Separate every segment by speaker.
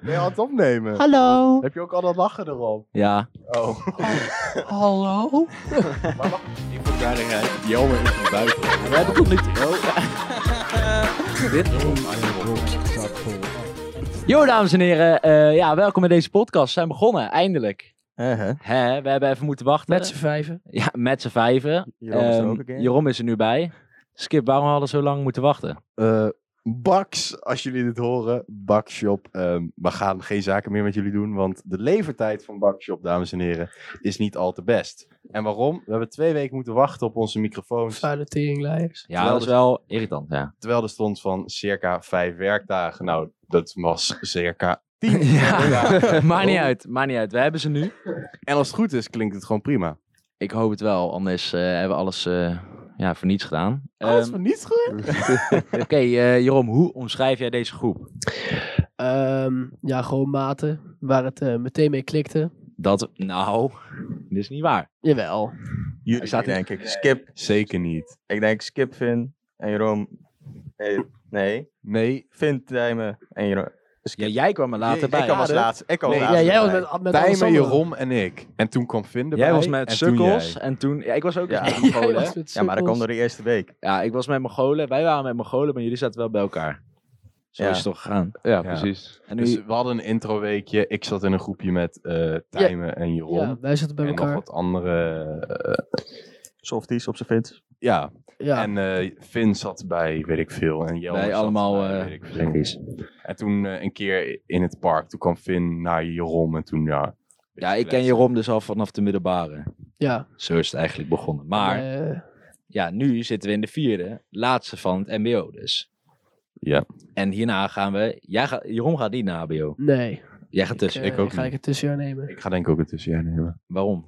Speaker 1: Ben je aan het opnemen?
Speaker 2: Hallo.
Speaker 1: Heb je ook al dat lachen erop?
Speaker 3: Ja.
Speaker 1: Oh.
Speaker 2: Hallo.
Speaker 1: Maar wacht, die verklaringheid. Jelme is van buiten.
Speaker 3: We hebben
Speaker 1: Oh.
Speaker 3: toch niet... Dit? Yo, dames en heren. eh, ja, welkom bij deze podcast. We zijn begonnen, eindelijk. Hè, we hebben even moeten wachten.
Speaker 4: Met z'n vijven.
Speaker 3: ja, met z'n vijven.
Speaker 1: Jeroen is er
Speaker 3: Ehm,
Speaker 1: ook een keer.
Speaker 3: Jeroen is er nu bij. Skip, waarom hadden we zo lang moeten wachten?
Speaker 1: Eh, Bax, als jullie dit horen, Bakshop. ehm, we gaan geen zaken meer met jullie doen, want de levertijd van Bakshop, dames en heren, is niet al te best. En waarom? We hebben twee weken moeten wachten op onze microfoons,
Speaker 4: Vuile teringlijers.
Speaker 3: Ja,
Speaker 1: Terwijl
Speaker 3: dat is
Speaker 1: de-
Speaker 3: wel irritant, ja.
Speaker 1: terwijl er stond van circa vijf werkdagen. Nou, dat was circa tien.
Speaker 3: ja. maakt niet
Speaker 1: Oh.
Speaker 3: uit, maakt niet uit. We hebben ze nu.
Speaker 1: En als het goed is, klinkt het gewoon prima.
Speaker 3: Ik hoop het wel, anders eh, hebben we alles eh, ja, voor niets gedaan.
Speaker 1: Alles
Speaker 3: Ehm,
Speaker 1: voor niets goed.
Speaker 3: Oké, eh, Jeroen, hoe omschrijf jij deze groep?
Speaker 4: Ehm, ja, gewoon maten. Waar het eh, meteen mee klikte.
Speaker 3: Dat, nou, dit is niet waar.
Speaker 4: Jawel.
Speaker 5: Jullie
Speaker 3: staat
Speaker 5: denk ik. Skip.
Speaker 1: Zeker niet.
Speaker 5: Ik denk Skip, Vin en Jeroen. Nee, nee.
Speaker 1: Nee,
Speaker 5: Vin, Tijmen en Jeroen.
Speaker 3: Ja, jij kwam er later
Speaker 1: Je-
Speaker 3: bij.
Speaker 5: Ik kwam als
Speaker 1: Ja, dat-
Speaker 5: laatste. Ik kwam
Speaker 1: Nee,
Speaker 5: als
Speaker 4: Ja,
Speaker 5: laatste
Speaker 4: jij was
Speaker 5: erbij.
Speaker 4: met, met
Speaker 1: Tijmen,
Speaker 4: Alessandro.
Speaker 1: Jeroen en ik. En toen kwam Vin erbij.
Speaker 3: Jij was met
Speaker 1: en toen
Speaker 3: Sukkels
Speaker 1: jij.
Speaker 3: en toen... Ja, ik was ook
Speaker 5: Ja.
Speaker 3: met
Speaker 4: Jij
Speaker 3: Mongolen. hè?
Speaker 4: was met
Speaker 5: Ja, maar dat
Speaker 4: Sukkels.
Speaker 5: kwam door de eerste week.
Speaker 3: Ja, ik was met Mongolen. Wij waren met Mongolen, maar jullie zaten wel bij elkaar. Zo
Speaker 5: Ja.
Speaker 3: is het toch gegaan.
Speaker 6: Ja,
Speaker 1: Ja.
Speaker 6: precies.
Speaker 3: En nu,
Speaker 1: Dus we hadden een introweekje. Ik zat in een groepje met eh Tijmen en Jeroen.
Speaker 4: Ja, wij zitten bij
Speaker 1: en nog
Speaker 4: elkaar.
Speaker 1: wat andere. eh,
Speaker 5: Softies op zijn fiets.
Speaker 1: ja.
Speaker 4: Ja.
Speaker 1: en eh Vin zat bij, weet ik veel. En Jelmer
Speaker 3: Bij
Speaker 1: zat
Speaker 3: allemaal,
Speaker 1: bij,
Speaker 3: eh,
Speaker 1: weet ik veel. En toen eh, een keer in het park. Toen kwam Vin naar Jeroen. En toen, ja.
Speaker 3: ja, ik ken Jeroen dus al vanaf de middelbare.
Speaker 4: ja.
Speaker 3: Zo is het eigenlijk begonnen. Maar
Speaker 4: Eh,
Speaker 3: ja, nu zitten we in de vierde, laatste van het mbo dus.
Speaker 1: Ja.
Speaker 3: En hierna gaan we... Jij gaat, Jeroen gaat niet naar hbo.
Speaker 4: nee.
Speaker 3: Jij gaat tussen.
Speaker 4: Eh,
Speaker 1: ik ook
Speaker 4: Ga
Speaker 1: niet.
Speaker 4: ik het tussenjaar nemen.
Speaker 1: Ik ga denk ik ook het tussenjaar nemen.
Speaker 3: Waarom?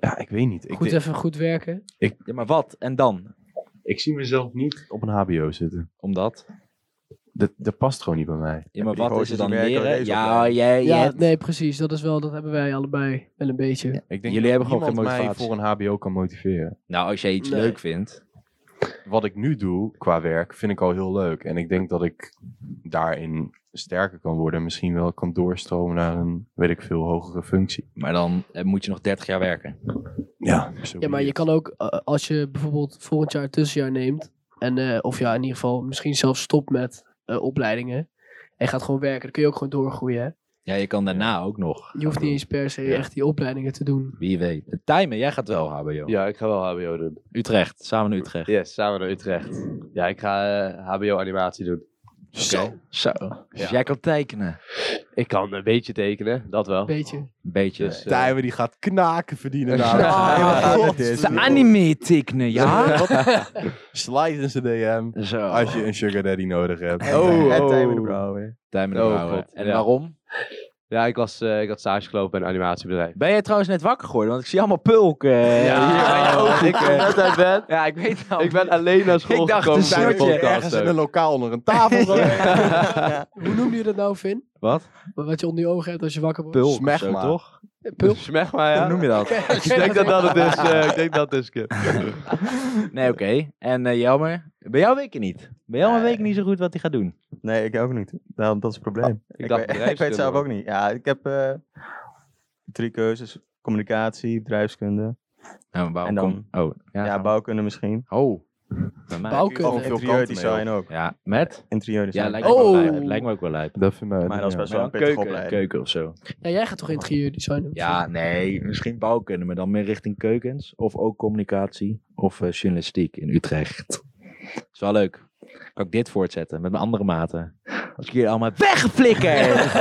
Speaker 1: Ja, ik weet niet. Ik,
Speaker 4: Goed
Speaker 1: denk-
Speaker 4: even goed werken.
Speaker 3: Ja, maar wat? En dan?
Speaker 1: ik zie mezelf niet op een HBO zitten.
Speaker 3: Omdat?
Speaker 1: Dat, dat past gewoon niet bij mij.
Speaker 3: Ja, maar
Speaker 5: die
Speaker 3: wat is
Speaker 5: gozer
Speaker 3: er dan
Speaker 5: die werken bij
Speaker 3: leren?
Speaker 5: deze
Speaker 3: Ja,
Speaker 5: opleiding.
Speaker 3: jij,
Speaker 4: Ja,
Speaker 3: jij hebt-
Speaker 4: nee, precies. Dat is wel, dat hebben wij allebei wel een beetje.
Speaker 1: Ik denk
Speaker 3: Jullie
Speaker 1: dat
Speaker 3: hebben gewoon geen
Speaker 1: niemand mij
Speaker 3: motivatie.
Speaker 1: voor een HBO kan motiveren.
Speaker 3: Nou, als jij iets
Speaker 4: Nee.
Speaker 3: leuk vindt.
Speaker 1: Wat ik nu doe qua werk vind ik al heel leuk. En ik denk dat ik daarin sterker kan worden. En misschien wel kan doorstromen naar een, weet ik veel, hogere functie.
Speaker 3: Maar dan eh, moet je nog 30 jaar werken.
Speaker 1: Ja,
Speaker 4: Ja, maar je kan ook, eh, als je bijvoorbeeld volgend jaar het tussenjaar neemt, en, eh, of ja, in ieder geval misschien zelfs stopt met eh, opleidingen, en gaat gewoon werken, dan kun je ook gewoon doorgroeien. Hè?
Speaker 3: Ja, je kan daarna ook nog.
Speaker 4: Je hoeft niet eens per se echt die opleidingen te doen.
Speaker 3: Wie weet. Tijmen, jij gaat wel HBO.
Speaker 6: Ja, ik ga wel HBO doen.
Speaker 3: Utrecht, samen in Utrecht.
Speaker 6: Yes, samen naar Utrecht. Ja, ik ga eh, HBO animatie doen.
Speaker 1: Zo.
Speaker 3: Zo. Dus jij kan tekenen.
Speaker 6: Ik kan een beetje tekenen, dat wel.
Speaker 4: Beetje.
Speaker 3: Een beetje.
Speaker 6: Dus, eh,
Speaker 1: Tijmen die gaat knaken verdienen.
Speaker 6: Ja.
Speaker 1: daar.
Speaker 3: Ah,
Speaker 1: Ah,
Speaker 5: wat
Speaker 1: dit.
Speaker 5: is
Speaker 3: de
Speaker 6: dus-
Speaker 3: anime tekenen, ja?
Speaker 1: Slide in zijn DM
Speaker 3: Zo.
Speaker 1: als je een sugar daddy nodig hebt.
Speaker 5: En-
Speaker 6: Oh,
Speaker 5: en
Speaker 6: oh.
Speaker 5: Tijmen de Brouwer.
Speaker 3: Tijmen de
Speaker 6: Oh,
Speaker 3: Brouwer.
Speaker 6: God,
Speaker 3: En
Speaker 6: ja.
Speaker 3: waarom?
Speaker 6: ja, ik, was, eh, ik had stage gelopen bij een animatiebedrijf.
Speaker 3: Ben jij trouwens net wakker geworden? Want ik zie allemaal pulken. eh, hier aan je ogen.
Speaker 6: ik ben net uit bed.
Speaker 3: Ja, ik weet nou.
Speaker 6: Ik ben alleen naar school
Speaker 3: Ik dacht,
Speaker 6: gekomen
Speaker 3: een
Speaker 6: voor de
Speaker 3: snotje
Speaker 6: podcast.
Speaker 1: Ergens in een
Speaker 6: ook.
Speaker 1: lokaal onder een tafel.
Speaker 4: Hoe noem je dat nou, Vin?
Speaker 3: Wat?
Speaker 4: Wat wat je onder je ogen hebt als je wakker wordt?
Speaker 3: Pulk.
Speaker 1: Smeg
Speaker 3: zo,
Speaker 1: maar.
Speaker 3: toch?
Speaker 4: Eh, Pul.
Speaker 6: Dus Smeg maar, ja.
Speaker 3: Hoe noem je dat?
Speaker 6: Ik denk dat dat het is. eh, ik denk dat het is. Kip.
Speaker 3: Nee, oké. En eh, Jelmer? Bij jou weet ik het niet. Bij Jelmer
Speaker 5: Nee.
Speaker 3: weet ik niet zo goed wat hij gaat doen.
Speaker 5: Nee, ik ook niet. Nou, dat is het probleem. ik,
Speaker 6: dacht
Speaker 5: weet- ik weet,
Speaker 6: bedrijfskunde,
Speaker 5: zelf
Speaker 6: hoor.
Speaker 5: ook niet. Ja, ik heb eh, drie keuzes. Communicatie, bedrijfskunde.
Speaker 3: Nou, maar waarom
Speaker 5: En dan-
Speaker 3: kom- Oh, ja.
Speaker 5: Ja,
Speaker 3: gaan we-
Speaker 5: bouwkunde misschien.
Speaker 3: Oh, bij mij.
Speaker 4: Bouwkunde.
Speaker 1: Oh, veel kanten
Speaker 5: Interieurdesign
Speaker 1: mee
Speaker 5: ook.
Speaker 3: Ja, met?
Speaker 5: Interieurdesign.
Speaker 3: Ja, lijkt
Speaker 4: me
Speaker 3: me,
Speaker 4: wel
Speaker 3: ook
Speaker 4: Oh.
Speaker 3: wel
Speaker 4: lijp.
Speaker 3: lijp. lijkt me ook wel lijp.
Speaker 1: Dat vind mij.
Speaker 5: Maar dat is best
Speaker 3: Maar
Speaker 5: wel
Speaker 3: dan
Speaker 5: een pittige
Speaker 3: keuken,
Speaker 5: opleiding.
Speaker 3: keuken of zo.
Speaker 4: Ja, jij gaat toch interieurdesign doen?
Speaker 3: Ja, nee, misschien bouwkunde, maar dan meer richting keukens. Of ook communicatie of eh, journalistiek in Utrecht. Is wel leuk. Kan ik dit voortzetten met mijn andere maten? Als ik hier allemaal heb weggeflikkerd!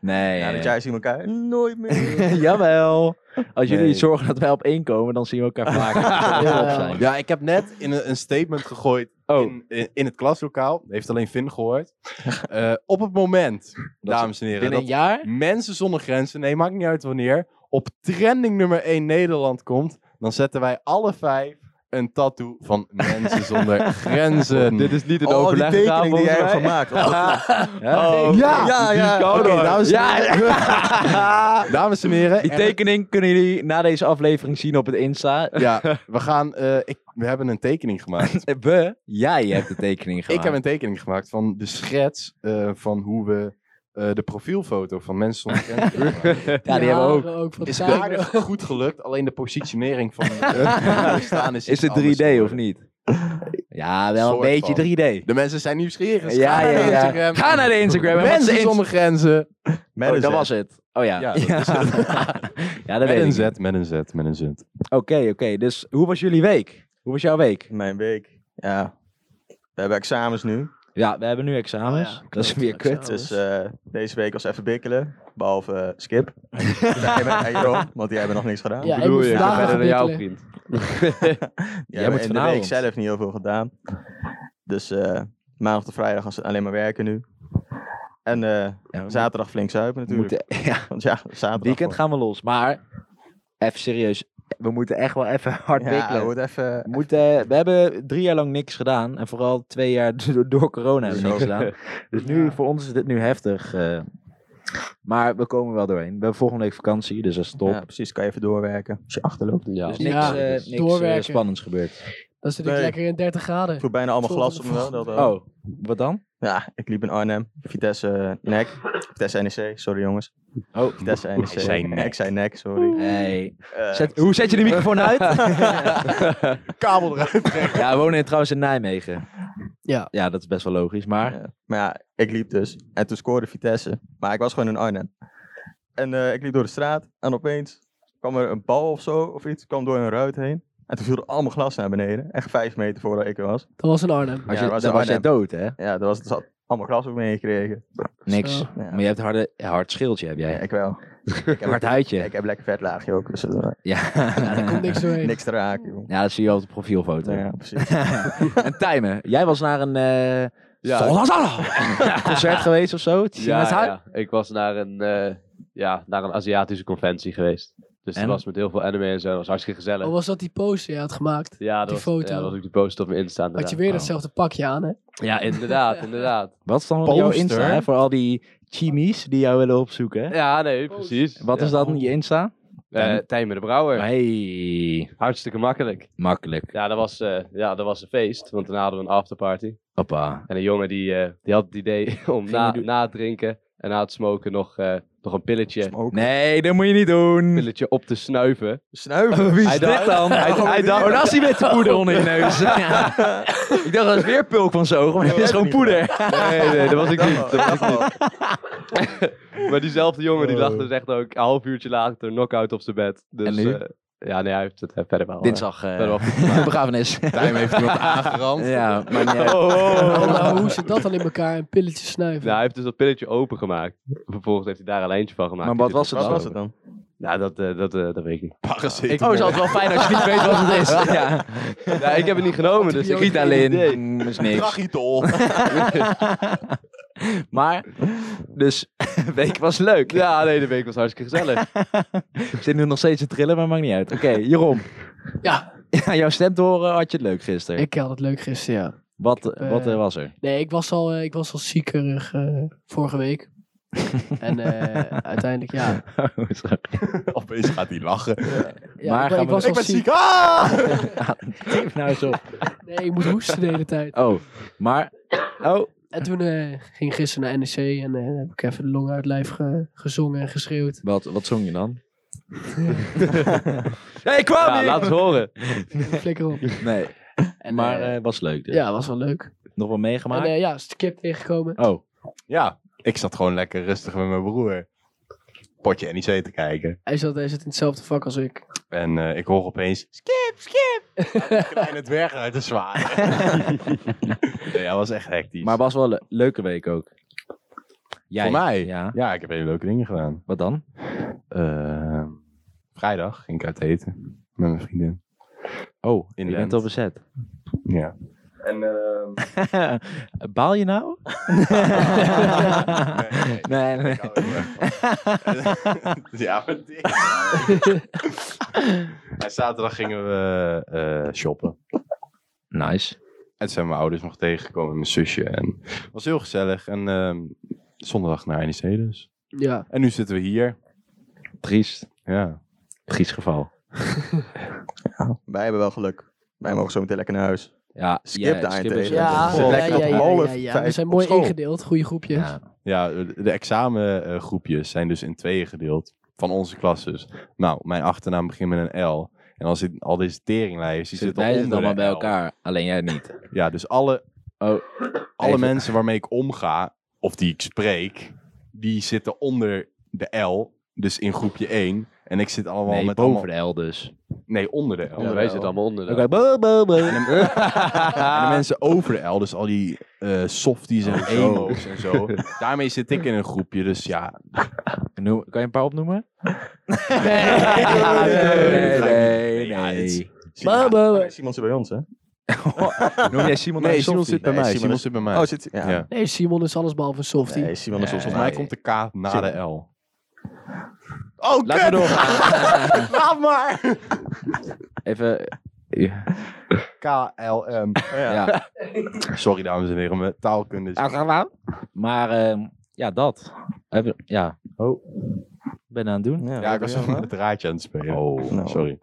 Speaker 3: nee.
Speaker 5: Ja, dat jij zien elkaar nooit meer.
Speaker 3: Jawel. Als jullie
Speaker 1: Nee.
Speaker 3: zorgen dat wij op één komen, dan zien we elkaar vaak. Als we op zijn.
Speaker 1: Ja, ik heb net in een, een statement gegooid
Speaker 3: Oh.
Speaker 1: in, in, in het klaslokaal. Heeft alleen Vin gehoord. Eh, op het moment, dames en heren,
Speaker 3: Binnen een
Speaker 1: dat
Speaker 3: jaar?
Speaker 1: mensen zonder grenzen, nee, maakt niet uit wanneer, op trending nummer 1 Nederland komt, dan zetten wij alle vijf een tattoo van mensen zonder grenzen.
Speaker 6: Dit is niet een
Speaker 5: Al Oh, die
Speaker 6: overleg gedaan,
Speaker 5: tekening die jij hebt
Speaker 6: volgens mij.
Speaker 5: gemaakt.
Speaker 3: Oh, Ja. nou
Speaker 1: ja!
Speaker 5: ja, ja.
Speaker 1: Oké, dames, en
Speaker 3: Ja,
Speaker 1: heren. dames en heren.
Speaker 3: Die
Speaker 1: er-
Speaker 3: tekening kunnen jullie na deze aflevering zien op het Insta.
Speaker 1: ja, we gaan. eh, ik we hebben een tekening gemaakt.
Speaker 3: We? Jij hebt de tekening
Speaker 1: ik
Speaker 3: gemaakt.
Speaker 1: heb een tekening gemaakt van de schets eh, van hoe we eh, de profielfoto van mensen zonder grenzen kunnen maken.
Speaker 3: Ja, die hebben we ook.
Speaker 4: haren van
Speaker 1: Is
Speaker 4: de kijker.
Speaker 1: aardig goed gelukt, alleen de positionering van de staan is
Speaker 3: Is het
Speaker 1: iets
Speaker 3: 3D
Speaker 1: anders.
Speaker 3: of niet? Ja, wel een
Speaker 1: Soort
Speaker 3: beetje
Speaker 1: van.
Speaker 3: 3D.
Speaker 1: De mensen zijn nieuwsgierig. Dus
Speaker 3: Ja,
Speaker 1: ga
Speaker 3: ja,
Speaker 1: naar
Speaker 3: ja.
Speaker 1: Instagram.
Speaker 3: Ga naar de Instagram. en wat
Speaker 1: Mensen
Speaker 3: ze inst-
Speaker 1: zonder grenzen.
Speaker 5: Met
Speaker 3: Oh,
Speaker 5: een
Speaker 3: dat
Speaker 5: Z.
Speaker 3: was het. Oh ja.
Speaker 1: Ja,
Speaker 3: Ja,
Speaker 1: dat is
Speaker 3: Ja, dat
Speaker 1: Met
Speaker 3: weet
Speaker 1: een
Speaker 3: ik.
Speaker 1: Z, met een Z, met een Z.
Speaker 3: Oké, oké. Dus hoe was jullie week? Hoe was jouw week?
Speaker 5: Mijn week. Ja. We hebben examens nu.
Speaker 3: Ja, we hebben nu examens.
Speaker 4: Oh ja,
Speaker 3: dat is
Speaker 4: klopt,
Speaker 3: weer kut.
Speaker 4: examens.
Speaker 5: Dus eh, deze week was even bikkelen. Behalve eh, Skip. en, en Jeroen, want die hebben nog niks gedaan.
Speaker 4: Ja, ik moet
Speaker 6: ik ben
Speaker 4: vandaag
Speaker 6: verder dan jou,
Speaker 4: ontwikkelen.
Speaker 6: vriend.
Speaker 5: Die
Speaker 3: Jij
Speaker 5: hebben
Speaker 3: moet
Speaker 5: in de week
Speaker 3: vanavond.
Speaker 5: zelf niet heel veel gedaan. Dus eh, maandag tot vrijdag gaan ze alleen maar werken nu. En eh,
Speaker 3: Ja, we
Speaker 5: zaterdag flink zuipen
Speaker 3: moeten-
Speaker 5: natuurlijk.
Speaker 3: moeten- ja,
Speaker 5: Want ja, zaterdag.
Speaker 3: weekend gaan we los. Maar, even serieus. We moeten echt wel even hard
Speaker 5: gewoon. Ja,
Speaker 3: wikkelen.
Speaker 5: het wordt even...
Speaker 3: We moeten- we hebben drie jaar lang niks gedaan. En vooral twee jaar door, door corona hebben we niks
Speaker 5: Zo.
Speaker 3: gedaan. Dus nu, voor ons is dit nu heftig. eh. maar we komen wel doorheen. We hebben volgende week vakantie, dus dat is top.
Speaker 5: Ja, precies. Kan je even doorwerken. Als je achterloopt.
Speaker 6: Ja.
Speaker 3: Dus niks,
Speaker 4: Ja,
Speaker 3: eh, niks eh,
Speaker 4: doorwerken.
Speaker 3: spannends gebeurt.
Speaker 4: Dan zit ik
Speaker 5: Nee.
Speaker 4: lekker in 30 graden.
Speaker 5: Ik voel bijna allemaal glas op me wel. Dat, wel.
Speaker 3: Oh, wat dan?
Speaker 5: Ja, ik liep in Arnhem. Vitesse eh, NEC. Vitesse NEC. Sorry jongens.
Speaker 3: Oh.
Speaker 5: Vitesse NEC.
Speaker 1: Hij zei NEC.
Speaker 5: Ik zei NEC, sorry.
Speaker 3: Hey.
Speaker 5: Eh,
Speaker 3: Zet- hoe zet je de microfoon uit?
Speaker 1: Kabel eruit.
Speaker 3: ja, we wonen in- trouwens in Nijmegen.
Speaker 4: Ja.
Speaker 3: Ja, dat is best wel logisch. Maar
Speaker 5: Ja. Maar ja, ik liep dus. En toen scoorde Vitesse. Maar ik was gewoon in Arnhem. En eh, ik liep door de straat. En opeens kwam er een bal of zo of iets. Kwam door een ruit heen. En toen viel er allemaal glas naar beneden. Echt vijf meter voordat ik er was.
Speaker 4: Dat was in Arnhem.
Speaker 3: als
Speaker 5: Ja,
Speaker 3: je,
Speaker 5: was
Speaker 3: dan
Speaker 5: in
Speaker 3: was jij
Speaker 5: Arnhem.
Speaker 3: dood, hè?
Speaker 5: Ja, er, was, er zat allemaal glas op me heen gekregen.
Speaker 3: Niks.
Speaker 4: Zo.
Speaker 5: Ja.
Speaker 3: Maar je hebt harde, hard schildje, heb
Speaker 5: Ja,
Speaker 3: jij.
Speaker 5: ik wel. Ik heb,
Speaker 3: Hard
Speaker 5: ja,
Speaker 3: huidje.
Speaker 5: ik heb lekker vetlaagje ook. Dus eh,
Speaker 3: Ja.
Speaker 4: Daar komt niks doorheen.
Speaker 5: niks te raken, joh.
Speaker 3: ja, dat zie je op de profielfoto.
Speaker 5: Ja, precies.
Speaker 3: en Tijmen, jij was naar een eh,
Speaker 6: Ja.
Speaker 3: Salazar concert geweest of zo?
Speaker 6: Ja, ja. ik was naar een, eh, ja, naar een Aziatische conventie geweest. Dus
Speaker 3: En?
Speaker 6: dat was met heel veel anime en zo. Dat was hartstikke gezellig.
Speaker 4: Oh, was dat die poster die je had gemaakt?
Speaker 6: ja, dat
Speaker 4: die
Speaker 6: was,
Speaker 4: foto.
Speaker 6: ja, dat was ook die post op mijn Insta.
Speaker 4: Had je
Speaker 6: inderdaad.
Speaker 4: weer
Speaker 3: Oh.
Speaker 4: datzelfde pakje aan, hè?
Speaker 6: Ja, inderdaad, inderdaad.
Speaker 3: Wat is dan op jouw
Speaker 1: Poster?
Speaker 3: Insta? Hè? Voor al die chimies die jou willen opzoeken. hè?
Speaker 6: Ja, nee, precies.
Speaker 3: Wat is dat in je Insta?
Speaker 6: Eh, Tijmen de Brouwer.
Speaker 3: Hey,
Speaker 6: Hartstikke makkelijk.
Speaker 3: makkelijk.
Speaker 6: Ja dat, was, eh, ja, dat was een feest, want daarna hadden we een afterparty.
Speaker 3: Hoppa.
Speaker 6: En een jongen die, eh, die had het idee om na,
Speaker 3: doen.
Speaker 6: na het drinken en na het smoken nog, eh, nog een pilletje,
Speaker 5: Smoken.
Speaker 3: Nee, dat moet je niet doen.
Speaker 6: pilletje op te snuiven.
Speaker 5: Snuiven.
Speaker 3: Wie
Speaker 6: Hij
Speaker 3: is dit
Speaker 6: dacht-
Speaker 3: dan? Hij, hij dacht, oh, daar is die witte poeder onder je neus. Ja. Ik dacht, dat is weer pulk van zijn ogen, maar
Speaker 5: Nee,
Speaker 3: dit is
Speaker 5: dat
Speaker 3: gewoon
Speaker 5: heb ik niet
Speaker 3: poeder.
Speaker 6: Nee, nee, dat was ik niet. Dat was ik
Speaker 5: wel.
Speaker 6: niet. Maar diezelfde jongen die lag dus echt ook een half uurtje later knock-out op zijn bed. Dus,
Speaker 3: En nu?
Speaker 6: eh, ja, nee, hij heeft het eh, verder wel. eh,
Speaker 3: Dinsdag,
Speaker 6: verder wel
Speaker 3: eh
Speaker 6: goed
Speaker 3: begrafenis.
Speaker 1: Tijm heeft iemand aangerand.
Speaker 3: Ja, maar niet uit.
Speaker 4: Oh, nou, hoe zit dat dan in elkaar? Een pilletje snuiven.
Speaker 6: Nou, hij heeft dus dat pilletje opengemaakt. Vervolgens heeft hij daar een lijntje van gemaakt.
Speaker 3: Maar wat was het
Speaker 5: Wat
Speaker 3: dan?
Speaker 5: was het dan?
Speaker 6: Nou, dat, eh, dat, eh, dat weet ik niet.
Speaker 1: Parasiet.
Speaker 3: Oh, is altijd wel fijn als je niet weet wat het is. Ja.
Speaker 6: Ja, ik heb het niet genomen, dus ik heb geen idee.
Speaker 3: Ritalin. Is niks.
Speaker 1: Tragitol.
Speaker 3: Maar, dus, week was leuk.
Speaker 6: Ja, nee, de week was hartstikke gezellig.
Speaker 3: Ik zit nu nog steeds te trillen, maar maakt niet uit. Oké, Jeroen.
Speaker 4: Ja.
Speaker 3: Ja, jouw stem te horen had je het leuk gisteren.
Speaker 4: Ik had het leuk gisteren, ja.
Speaker 3: wat
Speaker 4: heb, eh,
Speaker 3: wat eh, was er?
Speaker 4: Nee, ik was al, eh, ik was al ziekerig eh, vorige week. en eh, uiteindelijk, ja.
Speaker 3: Oh, Sorry.
Speaker 1: Opeens gaat hij lachen.
Speaker 4: ja
Speaker 3: Maar
Speaker 4: ik,
Speaker 3: gaan
Speaker 4: ik
Speaker 3: we-
Speaker 4: was
Speaker 1: Ik
Speaker 4: al
Speaker 1: ben ziek. Ah!
Speaker 3: Geef nou eens op.
Speaker 4: Nee, ik moet hoesten de hele tijd.
Speaker 3: Oh, maar... Oh,
Speaker 4: En toen eh, ging ik gisteren naar NEC en eh, heb ik even de long uit lijf ge- gezongen en geschreeuwd.
Speaker 3: wat, wat zong je dan? hey, ik kwam
Speaker 6: Ja,
Speaker 3: hier!
Speaker 6: laat eens horen.
Speaker 4: Flikker op.
Speaker 3: Nee,
Speaker 4: En,
Speaker 3: maar
Speaker 4: eh,
Speaker 3: eh, was leuk dus.
Speaker 4: ja, was wel leuk.
Speaker 3: Nog wel meegemaakt?
Speaker 4: En eh, ja, skip tegengekomen.
Speaker 3: Oh,
Speaker 1: Ja, ik zat gewoon lekker rustig met mijn broer. Potje NEC te kijken.
Speaker 4: Hij zat, hij zat in hetzelfde vak als ik.
Speaker 1: En eh, ik hoor opeens... Skip, skip! Een kleine dwerg uit de zwaar. nee, ja, was echt hectisch.
Speaker 3: maar was wel een leuke week ook. Jij?
Speaker 1: Voor mij?
Speaker 3: Ja.
Speaker 1: Ja, ik heb hele leuke dingen gedaan.
Speaker 3: Wat dan?
Speaker 1: Eh, vrijdag ging ik uit eten met mijn vriendin.
Speaker 3: Oh,
Speaker 1: In
Speaker 3: je
Speaker 1: de
Speaker 3: bent
Speaker 1: end.
Speaker 3: al bezet.
Speaker 1: Ja. En
Speaker 3: Baal je nou?
Speaker 1: nee. Oh,
Speaker 3: nee, nee.
Speaker 1: ja, maar dit. en zaterdag gingen we eh, shoppen.
Speaker 3: Nice.
Speaker 1: En toen zijn mijn ouders nog tegengekomen, en mijn zusje. En het was heel gezellig. En ehm, zondag naar NEC dus.
Speaker 4: Ja,
Speaker 1: En nu zitten we hier.
Speaker 3: Triest.
Speaker 1: Ja.
Speaker 3: Triest geval.
Speaker 5: Wij hebben wel geluk. Wij mogen zo meteen lekker naar huis.
Speaker 3: Ja,
Speaker 5: Skip
Speaker 3: ja,
Speaker 5: de eindtegen.
Speaker 3: is-
Speaker 5: Ja,
Speaker 3: is-
Speaker 5: Gewoon lekker op
Speaker 4: ja,
Speaker 5: half
Speaker 4: ja, ja. We
Speaker 5: vijf
Speaker 4: zijn
Speaker 5: op
Speaker 4: mooi
Speaker 5: school.
Speaker 4: ingedeeld, goede groepjes.
Speaker 3: Ja.
Speaker 1: Ja, de de examengroepjes zijn dus in tweeën gedeeld. Van onze klas dus. Nou, mijn achternaam begint met een L. En dan zit al deze teringlijers, die
Speaker 3: Zitten
Speaker 1: zitten
Speaker 3: wij
Speaker 1: onder
Speaker 3: zitten allemaal
Speaker 1: de
Speaker 3: bij
Speaker 1: L.
Speaker 3: elkaar, alleen jij niet.
Speaker 1: Ja, dus alle,
Speaker 3: Oh,
Speaker 1: alle
Speaker 3: even-
Speaker 1: mensen waarmee ik omga, of die ik spreek, die zitten onder de L. Dus in groepje 1. En ik zit allemaal
Speaker 3: Nee,
Speaker 1: met
Speaker 3: boven
Speaker 1: allemaal...
Speaker 3: de L dus.
Speaker 1: Nee, onder de L.
Speaker 6: Ja, wij zitten allemaal onder. de-
Speaker 3: Oké, bo, bo, bo.
Speaker 1: En de, en de mensen over de L, dus al die eh, softies en
Speaker 3: Oh, zo.
Speaker 1: emo's en zo. Daarmee zit ik in een groepje, dus ja.
Speaker 3: Noem- kan je een paar opnoemen?
Speaker 5: nee,
Speaker 1: nee, nee.
Speaker 4: Bah, bah, bah.
Speaker 5: Nee, Simon zit bij ons, hè?
Speaker 3: Noem jij Simon
Speaker 1: Nee,
Speaker 3: een softie?
Speaker 1: Simon zit bij
Speaker 5: Nee,
Speaker 1: mij.
Speaker 5: Simon
Speaker 1: Simon
Speaker 5: is-
Speaker 1: zit bij mij.
Speaker 5: Oh, zit Ja.
Speaker 1: Ja.
Speaker 4: Nee, Simon is alles behalve een softie.
Speaker 5: Nee, Simon is ons
Speaker 1: Volgens
Speaker 5: ons
Speaker 1: mij komt de K na
Speaker 5: Simon.
Speaker 1: de L. Oh,
Speaker 3: Laten we doorgaan.
Speaker 1: Laat maar!
Speaker 3: Even... Ja.
Speaker 1: KLM.
Speaker 3: Ja.
Speaker 1: Sorry, dames en heren, mijn taalkunde is...
Speaker 3: Maar ehm, ja, dat. Even- Ja. Oh. Ben aan het doen.
Speaker 5: Ja,
Speaker 1: Ja, ik was
Speaker 5: zo
Speaker 1: even met het draadje aan het spelen.
Speaker 3: Oh.
Speaker 5: Nou.
Speaker 1: Sorry.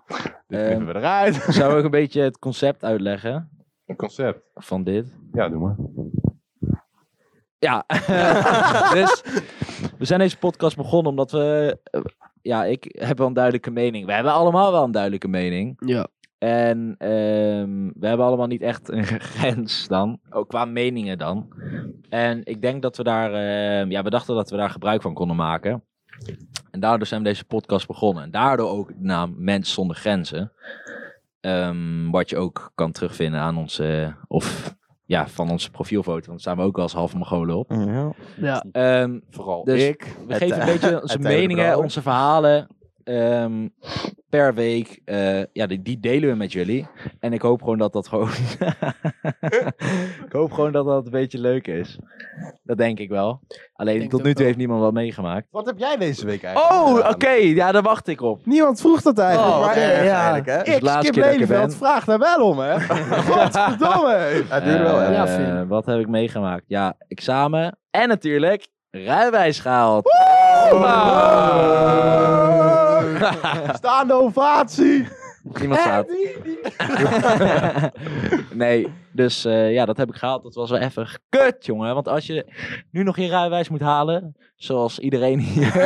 Speaker 1: Dit
Speaker 3: Ehm.
Speaker 1: knippen we eruit.
Speaker 3: Zou ik een beetje het concept uitleggen
Speaker 1: Concept.
Speaker 3: van dit?
Speaker 1: Ja, doe maar.
Speaker 3: Ja, dus we zijn deze podcast begonnen omdat we... eh, Ja, ik heb wel een duidelijke mening. We hebben allemaal wel een duidelijke mening.
Speaker 4: Ja.
Speaker 3: En ehm, we hebben allemaal niet echt een grens dan. Ook qua meningen dan. En ik denk dat we daar... ehm, ja, we dachten dat we daar gebruik van konden maken. En daardoor zijn we deze podcast begonnen. En daardoor ook de naam Mens Zonder Grenzen. Ehm, wat je ook kan terugvinden aan onze... Of ja, van onze profielfoto. Want daar staan we ook als half Mongolen op.
Speaker 5: Ja.
Speaker 4: Ja.
Speaker 3: Ehm,
Speaker 1: Vooral
Speaker 3: Dus-
Speaker 1: ik.
Speaker 3: we geven een beetje onze
Speaker 5: het hele
Speaker 3: meningen,
Speaker 5: verhaal.
Speaker 3: onze verhalen ehm, per week. eh, ja, die, die delen we met jullie. En ik hoop gewoon dat dat gewoon. ik hoop gewoon dat dat een beetje leuk is. Dat denk ik wel. Alleen
Speaker 4: denk het
Speaker 3: tot
Speaker 4: ook
Speaker 3: nu toe
Speaker 4: wel.
Speaker 3: heeft niemand wat meegemaakt.
Speaker 1: Wat heb jij deze week eigenlijk
Speaker 3: Oh, oké.
Speaker 1: gedaan?
Speaker 3: ja, daar wacht ik op.
Speaker 1: Niemand vroeg dat eigenlijk.
Speaker 5: Oh, wat
Speaker 1: maar,
Speaker 5: erg
Speaker 1: eh, ja.
Speaker 5: eigenlijk, hè?
Speaker 3: Dus
Speaker 1: Ik,
Speaker 3: laatste
Speaker 1: Skip
Speaker 3: keer dat ik er
Speaker 1: Lelyveld,
Speaker 3: ben.
Speaker 1: vraag daar wel om, hè? Godverdomme!
Speaker 5: Het duurde wel, hè?
Speaker 4: Ja,
Speaker 3: Eh,
Speaker 4: Finn.
Speaker 3: wat heb ik meegemaakt? Ja, examen. En natuurlijk rijwijs gehaald.
Speaker 1: Staande ovatie!
Speaker 3: Iemand staat. nee, dus eh, ja, dat heb ik gehaald. Dat was wel even kut, jongen. Want als je nu nog je rijwijs moet halen, zoals iedereen hier.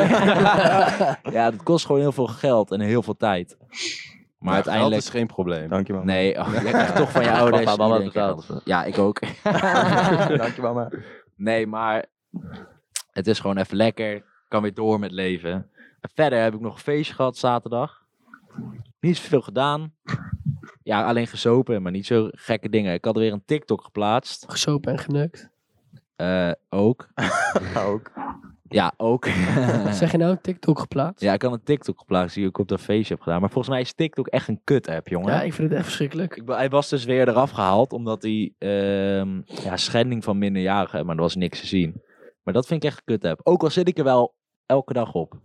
Speaker 3: ja, dat kost gewoon heel veel geld en heel veel tijd. Maar uiteindelijk...
Speaker 1: is geen probleem.
Speaker 5: Dank je, mama.
Speaker 3: Nee, oh, jij krijgt toch van je ouders.
Speaker 6: papa had
Speaker 3: iedereen
Speaker 6: betaald.
Speaker 3: krijgt dat. Ja, ik ook.
Speaker 5: Dank je, mama.
Speaker 3: Nee, maar het is gewoon even lekker. Kan weer door met leven. En verder heb ik nog een feestje gehad zaterdag. Niet zoveel gedaan. Ja, alleen gezopen, maar niet zo gekke dingen. Ik had weer een TikTok geplaatst.
Speaker 4: Gesopen en geneukt.
Speaker 3: Eh, ook.
Speaker 5: Ook.
Speaker 3: Ja, ook.
Speaker 4: Zeg je nou TikTok geplaatst?
Speaker 3: ja, ik had een TikTok geplaatst die ik op dat feestje heb gedaan. Maar volgens mij is TikTok echt een kut-app, jongen.
Speaker 4: Ja, ik vind het echt verschrikkelijk.
Speaker 3: Ik be- hij was dus weer eraf gehaald, omdat hij ehm, ja, schending van minderjarigen, maar er was niks te zien. Maar dat vind ik echt kut heb. Ook al zit ik er wel elke dag op.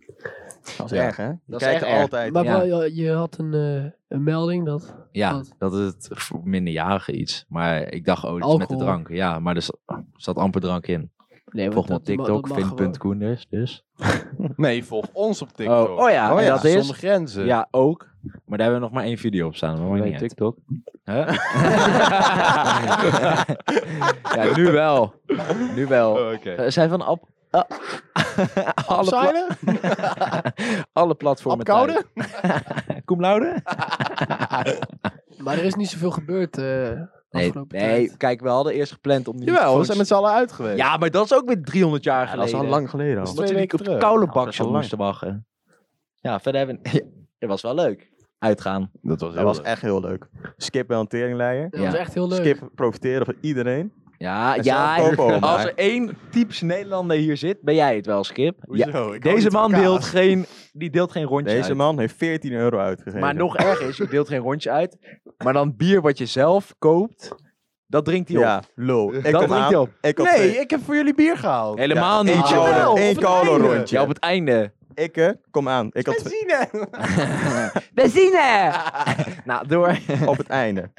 Speaker 5: Dat is
Speaker 3: Ja.
Speaker 5: erg, hè? Die
Speaker 3: is
Speaker 5: kijken
Speaker 3: echt erg.
Speaker 5: altijd.
Speaker 4: Maar
Speaker 3: ja.
Speaker 4: wel, je, je had een, eh, een melding dat...
Speaker 3: Ja,
Speaker 4: Wat?
Speaker 3: dat is het voor minderjarige iets. Maar ik dacht, oh, dat is met de
Speaker 4: Alcohol.
Speaker 3: drank. Ja, maar er zat, zat amper drank in.
Speaker 4: Nee,
Speaker 3: Volg me op
Speaker 4: dat- dat
Speaker 3: TikTok,
Speaker 4: mag gewoon.
Speaker 3: vind.koenders dus.
Speaker 1: Nee, volg ons op TikTok.
Speaker 3: Oh, oh ja, en dat is-
Speaker 1: Zonder grenzen.
Speaker 3: Ja, ook. Maar daar hebben we nog maar één video op staan.
Speaker 5: Oh,
Speaker 3: Maar
Speaker 6: Bij
Speaker 3: niet uit.
Speaker 6: TikTok.
Speaker 3: Huh? ja, nu wel. Nu wel.
Speaker 1: Oh, Oké.
Speaker 3: Eh, zijn van op... ah, alle, pla-
Speaker 1: Opzeilen?
Speaker 3: alle platformen
Speaker 1: Opkouden?
Speaker 3: thuis. Cum laude?
Speaker 4: Maar er is niet zoveel gebeurd eh
Speaker 3: Nee,
Speaker 4: afgelopen
Speaker 3: nee,
Speaker 4: tijd.
Speaker 3: kijk, we hadden eerst gepland om die
Speaker 1: Jawel, we
Speaker 3: microfoons-
Speaker 1: zijn met z'n allen uit geweest.
Speaker 3: Ja, maar dat is ook weer 300 jaar
Speaker 5: Ja, dat
Speaker 3: geleden.
Speaker 5: is al lang geleden
Speaker 1: Dat
Speaker 5: al.
Speaker 1: is
Speaker 3: Omdat
Speaker 1: twee
Speaker 3: we
Speaker 1: weken
Speaker 3: op de
Speaker 1: terug.
Speaker 3: koude
Speaker 5: Ja, dat is
Speaker 3: bakje
Speaker 5: al lang.
Speaker 3: moesten wachten. Ja, verder hebben we... Ja, dat was wel leuk. Uitgaan.
Speaker 1: Dat was
Speaker 5: Dat was echt heel leuk. Skip bij een teringleier.
Speaker 4: Dat was
Speaker 3: Ja.
Speaker 4: echt heel leuk.
Speaker 5: Skip profiteren van iedereen.
Speaker 3: Ja,
Speaker 5: En
Speaker 3: ja.
Speaker 5: zelf kopen ook,
Speaker 3: Als
Speaker 5: maar.
Speaker 3: er één typisch Nederlander hier zit, ben jij het wel, Skip. Ja,
Speaker 1: Hoezo? Ik
Speaker 3: deze
Speaker 1: hou
Speaker 3: man
Speaker 1: niet van
Speaker 3: deelt
Speaker 1: kaas.
Speaker 3: geen, die deelt geen rondje
Speaker 5: Deze
Speaker 3: uit.
Speaker 5: man heeft 14 euro uitgegeven.
Speaker 3: Maar nog erger is, je deelt geen rondje uit. Maar dan bier wat je zelf koopt, dat drinkt hij op.
Speaker 5: Ja, lul. Ik
Speaker 3: dat
Speaker 5: had
Speaker 3: drinkt
Speaker 5: aan.
Speaker 3: hij op.
Speaker 5: Ik had
Speaker 1: Nee,
Speaker 5: twee.
Speaker 1: ik heb voor jullie bier gehaald.
Speaker 3: Helemaal
Speaker 5: Eén
Speaker 3: niet.
Speaker 1: Jawel,
Speaker 5: koude-
Speaker 1: op
Speaker 5: één
Speaker 1: het
Speaker 5: koude
Speaker 1: einde.
Speaker 5: rondje.
Speaker 3: Ja, op het einde.
Speaker 5: Ik, eh, kom aan. Ik had twee-
Speaker 1: Benzine!
Speaker 3: Benzine! nou, door.
Speaker 5: op het einde.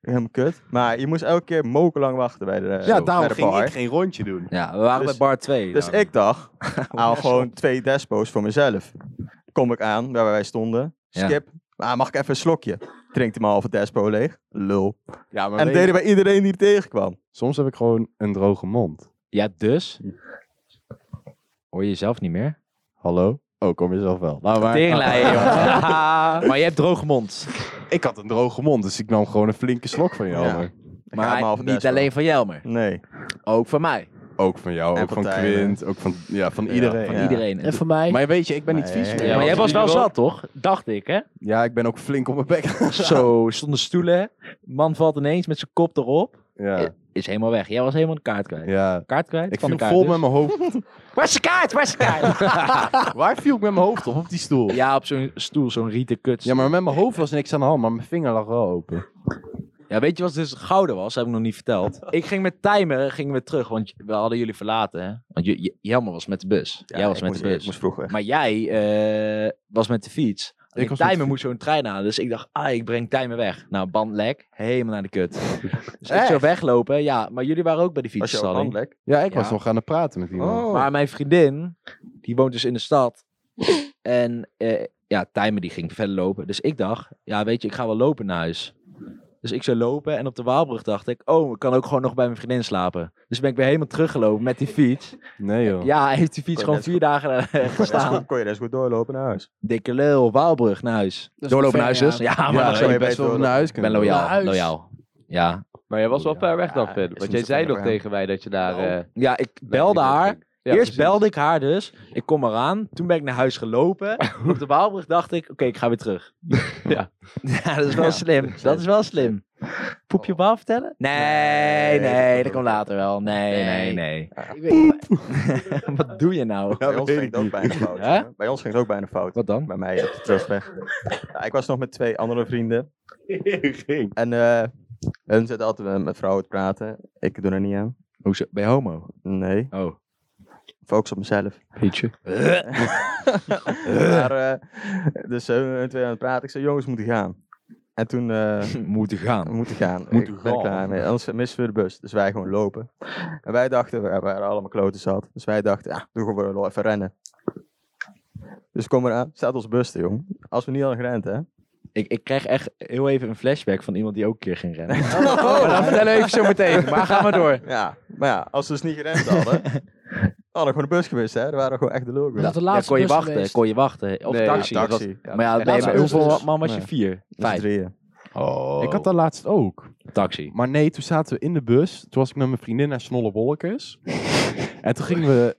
Speaker 5: Helemaal kut. Maar je moest elke keer mokerlang wachten bij de eh,
Speaker 1: Ja,
Speaker 5: bij
Speaker 1: daarom
Speaker 5: de
Speaker 1: ging
Speaker 5: bar.
Speaker 1: ik geen rondje doen.
Speaker 3: Ja, we waren
Speaker 5: Dus-
Speaker 3: bij bar Nou, 2.
Speaker 5: Dus ik dacht, haal gewoon twee despo's voor mezelf. Kom ik aan, waar wij stonden.
Speaker 3: Ja.
Speaker 5: Skip. Ah, mag ik even een slokje? Drinkt hij maar halve despo leeg. Lul.
Speaker 1: Ja, maar
Speaker 5: en dat
Speaker 1: weet
Speaker 5: deden
Speaker 1: je,
Speaker 5: bij iedereen die tegenkwam.
Speaker 1: soms heb ik gewoon een droge mond.
Speaker 3: Ja, dus. Hoor je jezelf niet meer?
Speaker 1: Hallo? Oh, kom jezelf wel. Nou, maar,
Speaker 3: Teringleier, joh. maar je hebt droge mond.
Speaker 1: Ah, ik had een droge mond, dus ik nam gewoon een flinke slok van jou.
Speaker 5: Ja.
Speaker 1: maar
Speaker 5: Ik haat
Speaker 3: Maar
Speaker 5: mijn halve
Speaker 3: niet
Speaker 5: despo.
Speaker 3: alleen van Jelmer.
Speaker 5: Nee.
Speaker 3: Ook van mij.
Speaker 1: Ook van jou,
Speaker 5: En
Speaker 1: ook van
Speaker 5: partijen.
Speaker 1: Quint, ook van, ja, van
Speaker 5: Ja,
Speaker 1: iedereen.
Speaker 5: van
Speaker 3: Van
Speaker 5: Ja.
Speaker 3: iedereen.
Speaker 4: En voor mij?
Speaker 1: Maar weet je, ik ben niet
Speaker 5: Nee.
Speaker 1: vies
Speaker 5: Ja,
Speaker 1: meer.
Speaker 3: maar jij was
Speaker 6: want
Speaker 3: wel
Speaker 6: jullie wel-
Speaker 3: zat, toch? Dacht ik, hè?
Speaker 1: Ja, ik ben ook flink op mijn bek.
Speaker 3: Zo, stonden stoelen. Man valt ineens met zijn kop erop.
Speaker 1: ja,
Speaker 3: Is helemaal weg. Jij was helemaal de kaart kwijt.
Speaker 1: ja.
Speaker 3: Kaart kwijt?
Speaker 1: Ik
Speaker 3: van
Speaker 1: viel
Speaker 3: de kaart
Speaker 1: vol
Speaker 3: dus.
Speaker 1: met mijn hoofd.
Speaker 3: Waar is de kaart? Waar is de kaart?
Speaker 1: Waar viel ik met mijn hoofd op? Op die stoel.
Speaker 3: ja, op zo'n stoel, zo'n rieten kuts.
Speaker 1: Ja, maar met mijn hoofd was niks aan de hand, maar mijn vinger lag wel open.
Speaker 3: Ja, weet je wat dus gouden was? heb ik nog niet verteld. ik ging met timer gingen we terug, want we hadden jullie verlaten. Hè? Want je, je- Jelmer was met de bus.
Speaker 5: Ja,
Speaker 3: jij was
Speaker 5: ik
Speaker 3: met
Speaker 5: moest-
Speaker 3: de bus.
Speaker 5: Ik moest vroeg weg.
Speaker 3: Maar jij eh, was met de fiets. Ik
Speaker 1: was met de
Speaker 3: Timer
Speaker 1: fiets.
Speaker 3: moest zo'n trein halen, dus ik dacht, ah, ik breng Timer weg. Nou, bandlek, helemaal naar de kut. dus ik
Speaker 1: Echt?
Speaker 3: zou weglopen, ja, maar jullie waren ook bij die
Speaker 5: Was je ook
Speaker 3: fietsstalling.
Speaker 5: handlek?
Speaker 1: Ja, ik
Speaker 3: Ja.
Speaker 1: was nog aan het praten met iemand.
Speaker 5: Oh.
Speaker 3: Maar mijn vriendin, die woont dus in de stad. en eh, ja, Timer die ging verder lopen. Dus ik dacht, ja, weet je, ik ga wel lopen naar huis. Dus ik zou lopen en op de Waalbrug dacht ik, oh, ik kan ook gewoon nog bij mijn vriendin slapen. Dus ben ik weer helemaal teruggelopen met die fiets.
Speaker 1: Nee joh.
Speaker 3: Ja, heeft die fiets
Speaker 5: Kon je
Speaker 3: gewoon
Speaker 5: net zo
Speaker 3: vier dagen eh,
Speaker 5: Kon je best
Speaker 3: gestaan.
Speaker 5: goed- Kon je best goed doorlopen naar huis.
Speaker 3: Dikke lul, Waalbrug naar huis.
Speaker 4: wel
Speaker 3: Doorlopen naar huis
Speaker 4: ver,
Speaker 3: dus? Ja, maar
Speaker 1: Ja,
Speaker 3: dat
Speaker 1: dan
Speaker 5: zou
Speaker 1: zou
Speaker 5: je
Speaker 1: je
Speaker 5: best
Speaker 1: best wel
Speaker 5: wel-
Speaker 1: naar huis
Speaker 3: Ik ben
Speaker 1: kunnen.
Speaker 4: Naar
Speaker 3: loyaal.
Speaker 4: huis.
Speaker 3: loyaal. Ja.
Speaker 6: Maar jij was wel
Speaker 1: Ja.
Speaker 6: ver weg dan,
Speaker 5: Ja,
Speaker 6: Finn.
Speaker 5: is
Speaker 6: Want
Speaker 5: niet
Speaker 6: jij
Speaker 5: zo
Speaker 6: zei
Speaker 5: ver
Speaker 6: nog
Speaker 5: voor hem.
Speaker 6: tegen mij dat je daar...
Speaker 5: Nou,
Speaker 6: eh,
Speaker 3: ja, ik
Speaker 6: naar
Speaker 3: belde
Speaker 6: iemand
Speaker 3: haar.
Speaker 6: ging. Ja,
Speaker 3: Eerst
Speaker 6: precies.
Speaker 3: belde ik haar dus. Ik kom eraan. Toen ben ik naar huis gelopen. Op de Waalbrug dacht ik, oké, ik ga weer terug.
Speaker 6: Ja.
Speaker 3: ja, dat is wel slim. Dat is wel slim. Poepje op wou vertellen? Nee,
Speaker 5: Nee, dat
Speaker 3: nee, dat
Speaker 5: ook
Speaker 3: komt
Speaker 5: niet.
Speaker 3: later wel. Nee, nee,
Speaker 4: Nee.
Speaker 3: nee.
Speaker 4: Ik weet,
Speaker 3: Wat doe je nou?
Speaker 5: bij ons ging het ook bijna fout.
Speaker 3: Ja?
Speaker 5: hè? Bij ons ging het ook bijna fout.
Speaker 3: Wat dan?
Speaker 5: Bij mij op de terugweg. Ja, ik was nog met twee andere vrienden.
Speaker 1: Ging.
Speaker 5: En eh hun zitten altijd met- met vrouwen te praten. Ik doe er niet aan.
Speaker 3: Hoezo? Ben je homo?
Speaker 5: Nee,
Speaker 3: Oh,
Speaker 5: focus op mezelf.
Speaker 3: Pietje.
Speaker 5: maar, eh, dus eh, hun twee aan het praten. Ik zei, jongens, we moeten gaan. En toen... eh,
Speaker 3: Moeten
Speaker 5: We
Speaker 3: gaan.
Speaker 5: moeten gaan.
Speaker 1: Moeten
Speaker 5: ik ben er
Speaker 1: gaan.
Speaker 5: klaar mee. Anders missen we de bus. Dus wij gewoon lopen. En wij dachten, we waren allemaal kloten zat. Dus wij dachten, ja, doen we wel even rennen. Dus kom eraan. Staat ons bus te, jong. Als we niet hadden gerend, hè.
Speaker 3: Ik, ik krijg echt heel even een flashback van iemand die ook een keer ging rennen.
Speaker 5: Oh.
Speaker 3: Maar dat vertellen we even zo meteen. Maar ga maar door.
Speaker 5: Ja, maar ja, als we dus niet gerend hadden, hadden we gewoon de bus gemist, hè. Dan waren we gewoon echt de lul.
Speaker 4: dat de
Speaker 3: Ja,
Speaker 4: laatste
Speaker 3: kon je
Speaker 4: bus
Speaker 3: wachten,
Speaker 4: geweest.
Speaker 3: kon je wachten. Of
Speaker 6: Nee,
Speaker 3: taxi.
Speaker 5: ja,
Speaker 3: dat was-
Speaker 5: taxi.
Speaker 3: maar ja,
Speaker 4: Ja,
Speaker 3: nee,
Speaker 4: laatste
Speaker 3: maar
Speaker 4: bus
Speaker 3: hoeveel
Speaker 4: dus.
Speaker 3: man was je?
Speaker 5: Nee.
Speaker 3: Vier?
Speaker 5: Met z'n
Speaker 3: Vijf?
Speaker 5: drieën.
Speaker 1: Oh. Ik had dat laatst ook.
Speaker 3: Taxi.
Speaker 1: Maar nee, toen zaten we in de bus. Toen was ik met mijn vriendin naar Snolle Bolkes. en toen gingen we...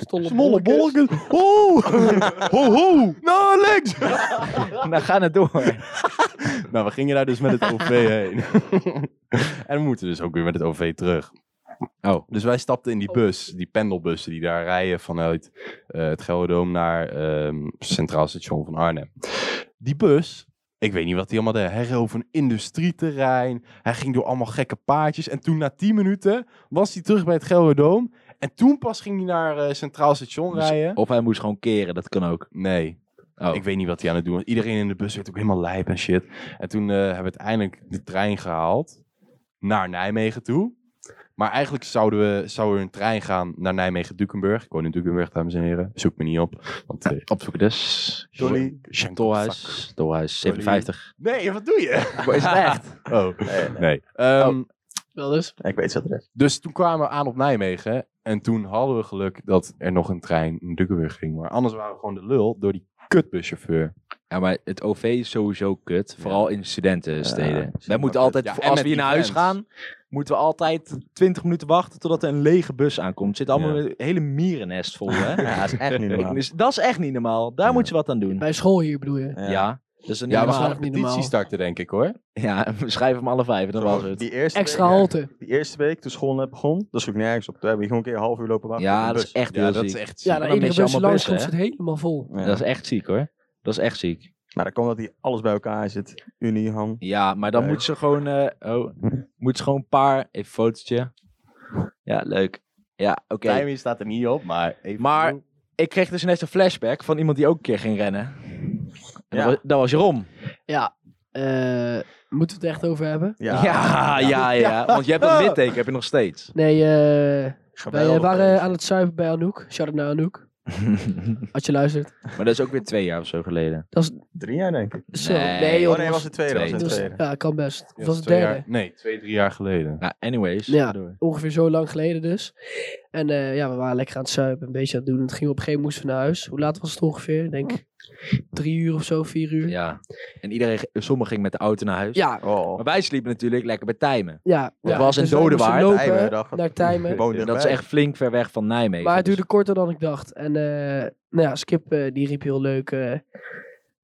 Speaker 4: Stolle
Speaker 1: Snolle
Speaker 4: bolletjes.
Speaker 1: Bolkes? Oh! ho, ho! Naar links!
Speaker 3: Nou, ga het door.
Speaker 1: nou, we gingen daar dus met het OV heen. en we moeten dus ook weer met het OV terug.
Speaker 3: Oh.
Speaker 1: Dus wij stapten in die bus, die pendelbussen die daar rijden vanuit eh, het Gelderdoom naar ehm, Centraal Station van Arnhem. Die bus, ik weet niet wat die allemaal deed. Hij reed over een industrieterrein. Hij ging door allemaal gekke paadjes. En toen na 10 minuten was hij terug bij het Gelderdoom. En toen pas ging hij naar eh, Centraal Station
Speaker 3: Dus-
Speaker 1: rijden.
Speaker 3: Of hij moest gewoon keren, dat kan ook.
Speaker 1: Nee.
Speaker 3: Oh.
Speaker 1: Ik weet niet wat hij aan het doen was. Iedereen in de bus werd ook helemaal lijp en shit. En toen eh, hebben we uiteindelijk de trein gehaald naar Nijmegen toe. Maar eigenlijk zouden we, zou er een trein gaan naar Nijmegen-Dukenburg. Ik woon in Dukenburg, dames en heren. Zoek me niet op. Want, eh,
Speaker 3: Opzoeken dus.
Speaker 5: Jolly.
Speaker 1: Schenk-
Speaker 3: Tolhuis. Tolhuis. 57.
Speaker 1: Nee, wat doe je?
Speaker 3: Is het echt?
Speaker 1: Oh,
Speaker 5: Nee, nee.
Speaker 1: nee. Ehm,
Speaker 4: Wel dus.
Speaker 5: Ik weet het adres.
Speaker 1: Dus toen kwamen we aan op Nijmegen. En toen hadden we geluk dat er nog een trein naar Dukenburg ging. Maar anders waren we gewoon de lul door die kutbuschauffeur.
Speaker 3: Ja, maar het OV is sowieso kut. Vooral in studentensteden.
Speaker 5: Ja,
Speaker 3: Wij moeten
Speaker 5: kut.
Speaker 3: altijd,
Speaker 1: Ja, en
Speaker 3: als we
Speaker 1: met
Speaker 3: hier
Speaker 1: die
Speaker 3: naar huis
Speaker 1: fans.
Speaker 3: gaan, moeten we altijd 20 minuten wachten totdat er een lege bus aankomt. Er zit allemaal
Speaker 1: Ja.
Speaker 3: een hele mierennest vol, hè?
Speaker 5: Ja, dat is echt niet normaal.
Speaker 3: Dus dat is echt niet normaal. Daar
Speaker 1: Ja.
Speaker 3: moet je wat aan doen.
Speaker 4: Bij school hier bedoel je.
Speaker 3: Ja, dat is een
Speaker 1: Ja, we
Speaker 4: normaal.
Speaker 1: gaan een
Speaker 4: Niet
Speaker 1: petitie
Speaker 4: normaal.
Speaker 1: starten, denk ik hoor.
Speaker 3: Ja, we schrijven hem alle vijf en dan was het.
Speaker 5: Die eerste
Speaker 4: Extra
Speaker 5: week,
Speaker 4: halte.
Speaker 5: Die eerste week, toen school net begon, dat zoek ik nergens op. Toen hebben we gewoon een keer een half uur lopen wachten op
Speaker 3: Ja,
Speaker 5: de
Speaker 3: dat is
Speaker 5: bus.
Speaker 3: echt
Speaker 1: Ja,
Speaker 3: heel
Speaker 1: dat is
Speaker 3: ziek.
Speaker 1: echt ziek.
Speaker 4: Ja,
Speaker 3: dan
Speaker 4: de
Speaker 3: mis je
Speaker 4: enige bus
Speaker 3: allemaal
Speaker 4: langs komt
Speaker 3: bussen,
Speaker 4: zit helemaal vol.
Speaker 5: Ja.
Speaker 3: Dat is echt ziek hoor. Dat is echt ziek.
Speaker 5: Maar dat komt dat hij alles bij elkaar zit. Unie, ham.
Speaker 3: Ja, maar dan
Speaker 5: Leuk.
Speaker 3: moet ze gewoon, eh, oh, moet ze gewoon een paar, even een fotootje. Ja, leuk. Ja, oké.
Speaker 1: Timing staat er niet op, maar... even
Speaker 3: Maar-
Speaker 1: doen.
Speaker 3: Ik kreeg dus net een flashback van iemand die ook een keer ging rennen. En Dat,
Speaker 5: Ja.
Speaker 3: was, dat was Jeroen.
Speaker 4: Ja. eh, moeten we het echt over hebben?
Speaker 3: Ja, ja, ja. Want je hebt dat litteken, heb je nog steeds.
Speaker 4: Nee, eh, wij eh,
Speaker 5: Geweldig
Speaker 4: waren
Speaker 5: feest.
Speaker 4: aan het zuipen bij Anouk. Shout-out naar Anouk. Als je luistert.
Speaker 3: maar dat is ook weer twee jaar of zo geleden.
Speaker 5: Drie jaar denk ik.
Speaker 4: Zo.
Speaker 3: Nee.
Speaker 4: Nee, joh.
Speaker 5: oh nee, was het tweede.
Speaker 3: twee.
Speaker 5: Was het
Speaker 4: Dus-
Speaker 5: tweede.
Speaker 4: ja, kan best.
Speaker 1: Ja,
Speaker 4: Of was het
Speaker 1: twee
Speaker 4: derde?
Speaker 1: jaar- nee, twee, drie jaar geleden.
Speaker 3: Nou, anyways.
Speaker 4: Ja.
Speaker 3: ga door.
Speaker 4: Ongeveer zo lang geleden dus. En eh, ja, we waren lekker aan het zuipen, een beetje aan het doen. Het ging op een gegeven moment moesten we naar huis. Hoe laat was het ongeveer? Ik denk drie uur of zo, vier uur. Ja,
Speaker 3: ja. En iedereen, sommigen gingen met de auto naar huis.
Speaker 4: ja.
Speaker 5: Oh,
Speaker 3: Maar wij sliepen natuurlijk lekker bij Tijmen.
Speaker 4: ja.
Speaker 3: Het was in
Speaker 4: wij moesten
Speaker 3: Dodewaard.
Speaker 4: lopen
Speaker 5: Tijmen, dacht ik.
Speaker 4: Naar Tijmen.
Speaker 5: woon
Speaker 3: dat is echt flink ver weg van Nijmegen.
Speaker 4: Maar het
Speaker 3: Dus-
Speaker 4: duurde korter dan ik dacht. En eh, nou ja, Skip eh, die riep heel leuk. eh,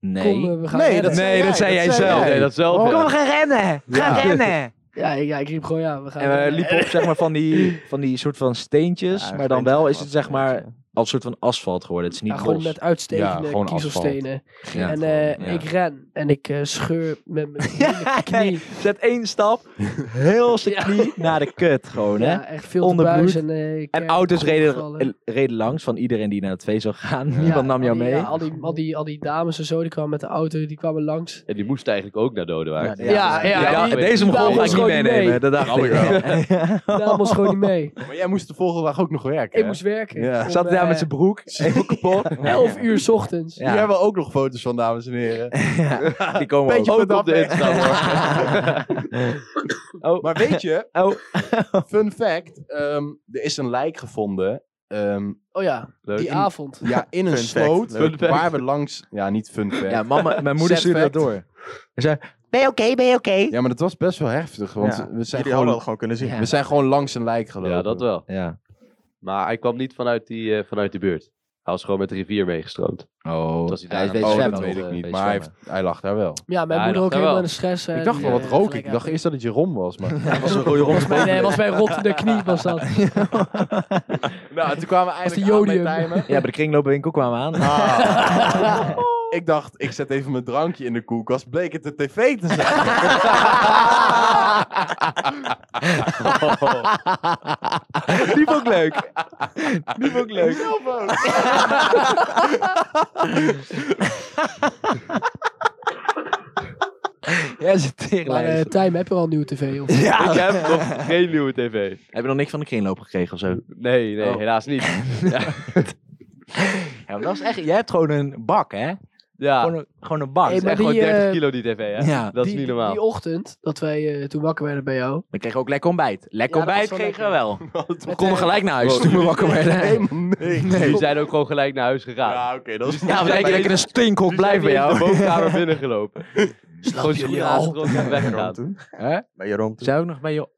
Speaker 3: Nee.
Speaker 4: kom, eh, we gaan
Speaker 1: Nee,
Speaker 4: rennen.
Speaker 1: dat zei
Speaker 3: Nee, dat zei jij zelf.
Speaker 6: Nee, dat zelf. Oh, ja.
Speaker 3: gaan rennen!
Speaker 1: Ja.
Speaker 3: rennen!
Speaker 4: Ja, ik- ja, ik riep gewoon ja, we gaan eh,
Speaker 3: En we
Speaker 4: rennen.
Speaker 3: liepen op zeg maar, van, die, van die soort van steentjes. maar dan wel is het zeg maar als soort van asfalt geworden. Het is niet
Speaker 4: Ja, gewoon
Speaker 3: bos.
Speaker 4: met uitstekende
Speaker 1: Ja, gewoon
Speaker 4: kiezelstenen.
Speaker 3: Ja.
Speaker 4: en eh,
Speaker 3: ja.
Speaker 4: ik ren. En ik eh, scheur met mijn hele
Speaker 3: Nee,
Speaker 4: knie.
Speaker 3: zet één stap, heel zijn knie naar de kut gewoon, hè?
Speaker 4: Ja, echt veel te
Speaker 3: Onderbloed.
Speaker 4: buis en, eh, ik,
Speaker 3: En
Speaker 4: eh,
Speaker 3: auto's reden, eh,
Speaker 4: omgevallen.
Speaker 3: reden langs van iedereen die naar het feest zou gaan.
Speaker 4: Ja,
Speaker 3: Niemand nam jou
Speaker 4: al die-
Speaker 3: mee.
Speaker 4: Ja, al, die, al, die, al die dames en zo, die kwamen met de auto, die kwamen langs.
Speaker 6: En die moest eigenlijk ook naar Dodewaard.
Speaker 5: Ja, ja,
Speaker 3: Ik dacht,
Speaker 6: die-
Speaker 3: deze
Speaker 6: die
Speaker 3: mongol ga
Speaker 6: dames
Speaker 3: ik niet
Speaker 4: gewoon niet
Speaker 3: meenemen.
Speaker 4: mee.
Speaker 3: Dat dacht
Speaker 1: Oh,
Speaker 3: ik.
Speaker 1: ja.
Speaker 4: Daarom was gewoon niet mee.
Speaker 1: Maar jij moest de volgende dag ook nog werken.
Speaker 4: Ik
Speaker 1: hè?
Speaker 4: moest werken.
Speaker 1: Ja.
Speaker 4: Om,
Speaker 3: Zat hij daar
Speaker 4: eh,
Speaker 3: met zijn broek, helemaal kapot.
Speaker 4: 11 uur 's ochtends.
Speaker 3: Ja.
Speaker 1: Hier hebben we ook nog foto's van, dames en heren.
Speaker 3: Ja, Die komen
Speaker 1: Beetje
Speaker 3: ook.
Speaker 1: per
Speaker 6: Ook op
Speaker 1: dag,
Speaker 6: de
Speaker 1: hè?
Speaker 6: Insta hoor.
Speaker 3: Oh,
Speaker 1: Maar weet je,
Speaker 3: oh.
Speaker 1: fun fact, ehm, er is een lijk gevonden. ehm,
Speaker 4: Oh ja,
Speaker 6: Leuk.
Speaker 4: die avond.
Speaker 1: ja, in een
Speaker 5: Fun fact,
Speaker 1: sloot
Speaker 5: leuk.
Speaker 6: Fun fact.
Speaker 1: waar we langs... Ja, niet fun fact.
Speaker 3: Ja,
Speaker 1: Ja,
Speaker 3: mama, mijn moeder
Speaker 1: Sad
Speaker 3: stuurde dat
Speaker 1: fact.
Speaker 3: door. Ze zei, ben je oké, ben je oké?
Speaker 1: maar dat was best wel heftig, want we, zijn
Speaker 5: Jullie hadden dat
Speaker 1: gewoon,
Speaker 5: gewoon kunnen zien.
Speaker 3: Ja.
Speaker 1: we zijn gewoon langs een lijk gelopen.
Speaker 6: Ja, dat eh, wel.
Speaker 3: Ja.
Speaker 6: Maar hij kwam niet vanuit, die, eh, vanuit de buurt. Hij was gewoon met de rivier meegestroomd.
Speaker 3: Oh,
Speaker 6: Was hij
Speaker 3: hij is
Speaker 6: daar
Speaker 3: bezig
Speaker 1: Oh,
Speaker 3: zwemmen.
Speaker 1: dat weet
Speaker 3: of,
Speaker 1: ik
Speaker 3: eh,
Speaker 1: niet,
Speaker 3: bezig
Speaker 1: maar hij,
Speaker 3: zwemmen.
Speaker 1: heeft- hij lag daar wel.
Speaker 4: Ja, mijn
Speaker 6: Ja,
Speaker 4: moeder
Speaker 6: ik dacht
Speaker 4: ook
Speaker 6: daar
Speaker 4: helemaal
Speaker 6: wel.
Speaker 4: in de stress. eh,
Speaker 1: Ik dacht
Speaker 4: die,
Speaker 1: wel, wat
Speaker 4: eh,
Speaker 1: rook ik?
Speaker 4: gelijk
Speaker 1: Ik dacht
Speaker 4: uit-
Speaker 1: eerst dat het je rom was, maar...
Speaker 5: was een rode
Speaker 4: Volgens mij nee, was mijn rottende knie was dat.
Speaker 1: Nou, toen kwamen we
Speaker 4: Was die
Speaker 1: eigenlijk aan bij
Speaker 4: jodium.
Speaker 1: Tijmen.
Speaker 3: Ja, bij de kringloopwinkel kwamen we aan.
Speaker 1: Ah. ik dacht, ik zet even mijn drankje in de koelkast. Bleek het de tv te zijn.
Speaker 3: Die vond ik leuk. Die vond ik leuk.
Speaker 1: Zelf ook.
Speaker 3: Ja, ze tering.
Speaker 4: Maar eh Tijm, heb je al een nieuwe tv? Of?
Speaker 3: Ja.
Speaker 6: Ik heb nog geen nieuwe tv.
Speaker 3: Heb je nog niks van de kringloop gekregen of zo?
Speaker 6: Nee, nee,
Speaker 3: Oh.
Speaker 6: helaas niet.
Speaker 3: Ja, maar dat is echt... Jij hebt gewoon een bak, hè?
Speaker 6: Ja,
Speaker 3: Gewoon, een, gewoon een bak.
Speaker 4: Hey,
Speaker 6: het is
Speaker 4: maar
Speaker 6: echt gewoon
Speaker 4: die,
Speaker 6: 30
Speaker 4: eh,
Speaker 6: kilo die tv, hè?
Speaker 3: Ja.
Speaker 6: Dat is
Speaker 4: Die-
Speaker 6: niet
Speaker 4: die-
Speaker 6: normaal.
Speaker 4: Die ochtend, dat wij eh, toen wakker werden bij jou.
Speaker 3: We kregen ook lekker ontbijt. Lekker
Speaker 4: Ja, dat
Speaker 3: ontbijt
Speaker 4: was wel
Speaker 3: kregen we
Speaker 4: lekker.
Speaker 3: wel. We
Speaker 4: Met,
Speaker 3: konden
Speaker 4: eh,
Speaker 3: gelijk naar huis toen we wakker werden.
Speaker 1: Helemaal niks.
Speaker 6: Die zijn ook gewoon gelijk naar huis gegaan.
Speaker 1: Ja, oké, dat is...
Speaker 3: Ja, we denken dat ik in een stinkhok
Speaker 6: Die zijn
Speaker 3: blijf bij
Speaker 6: niet eens
Speaker 3: jou.
Speaker 6: de bovenkamer binnengelopen. Gewoon
Speaker 4: jullie
Speaker 6: schoenen
Speaker 4: al?
Speaker 6: aangetrokken en weggegaan.
Speaker 5: toen?
Speaker 3: Hè?
Speaker 5: Bij Jeroen toen?
Speaker 3: Zijn we ook nog bij Jeroen?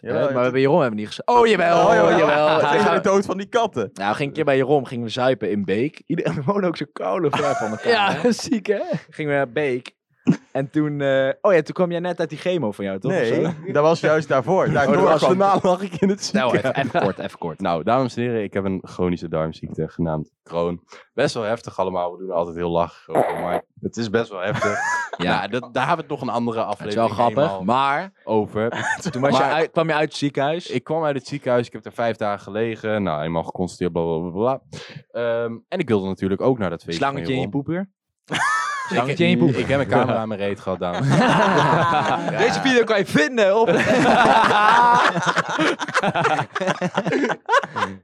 Speaker 5: Jawel,
Speaker 3: maar
Speaker 5: toen-
Speaker 3: bij Jeroen hebben we niet gezeten. Oh, jawel. Oh, jawel.
Speaker 5: Tegen
Speaker 3: Toen gaan
Speaker 5: de
Speaker 3: we-
Speaker 5: dood van die katten.
Speaker 3: Nou, ging een keer bij Jeroen, gingen we zuipen in Beek. Iedereen woonde ook zo koude ver van elkaar. hè?
Speaker 4: Ja, ziek hè?
Speaker 3: Gingen we naar Beek. En toen... eh, oh ja, toen kwam jij net uit die chemo van jou, toch? Of zo?
Speaker 5: Nee, dat was juist daarvoor.
Speaker 1: Oh,
Speaker 5: Daardoor
Speaker 1: dat was
Speaker 5: kwam-
Speaker 1: daarna lag ik in het
Speaker 3: Nou, even,
Speaker 1: ziekenhuis.
Speaker 3: even kort, even kort.
Speaker 1: Nou, dames en heren, ik heb een chronische darmziekte genaamd Crohn. Best wel heftig allemaal. We doen er altijd heel lach over, maar het is best wel heftig. ja,
Speaker 3: Ja,
Speaker 1: dat, daar hebben we het nog een andere
Speaker 3: het is
Speaker 1: aflevering
Speaker 3: wel grappig.
Speaker 1: eenmaal
Speaker 3: Maar
Speaker 1: over.
Speaker 3: toen was je
Speaker 1: Maar-
Speaker 3: uit, kwam je uit het ziekenhuis.
Speaker 1: ik kwam uit het ziekenhuis. Ik heb er vijf dagen gelegen. Nou, eenmaal geconstateerd, bla bla bla, bla. Ehm, en ik wilde natuurlijk ook naar dat feestje. van
Speaker 3: slangetje in je
Speaker 1: Jeroen.
Speaker 3: poepuur.
Speaker 1: Ik-
Speaker 3: Slangetje in je poep.
Speaker 1: Ik heb een camera aan mijn reet gehad, dames en heren.
Speaker 3: Ah, Deze video kan je vinden op...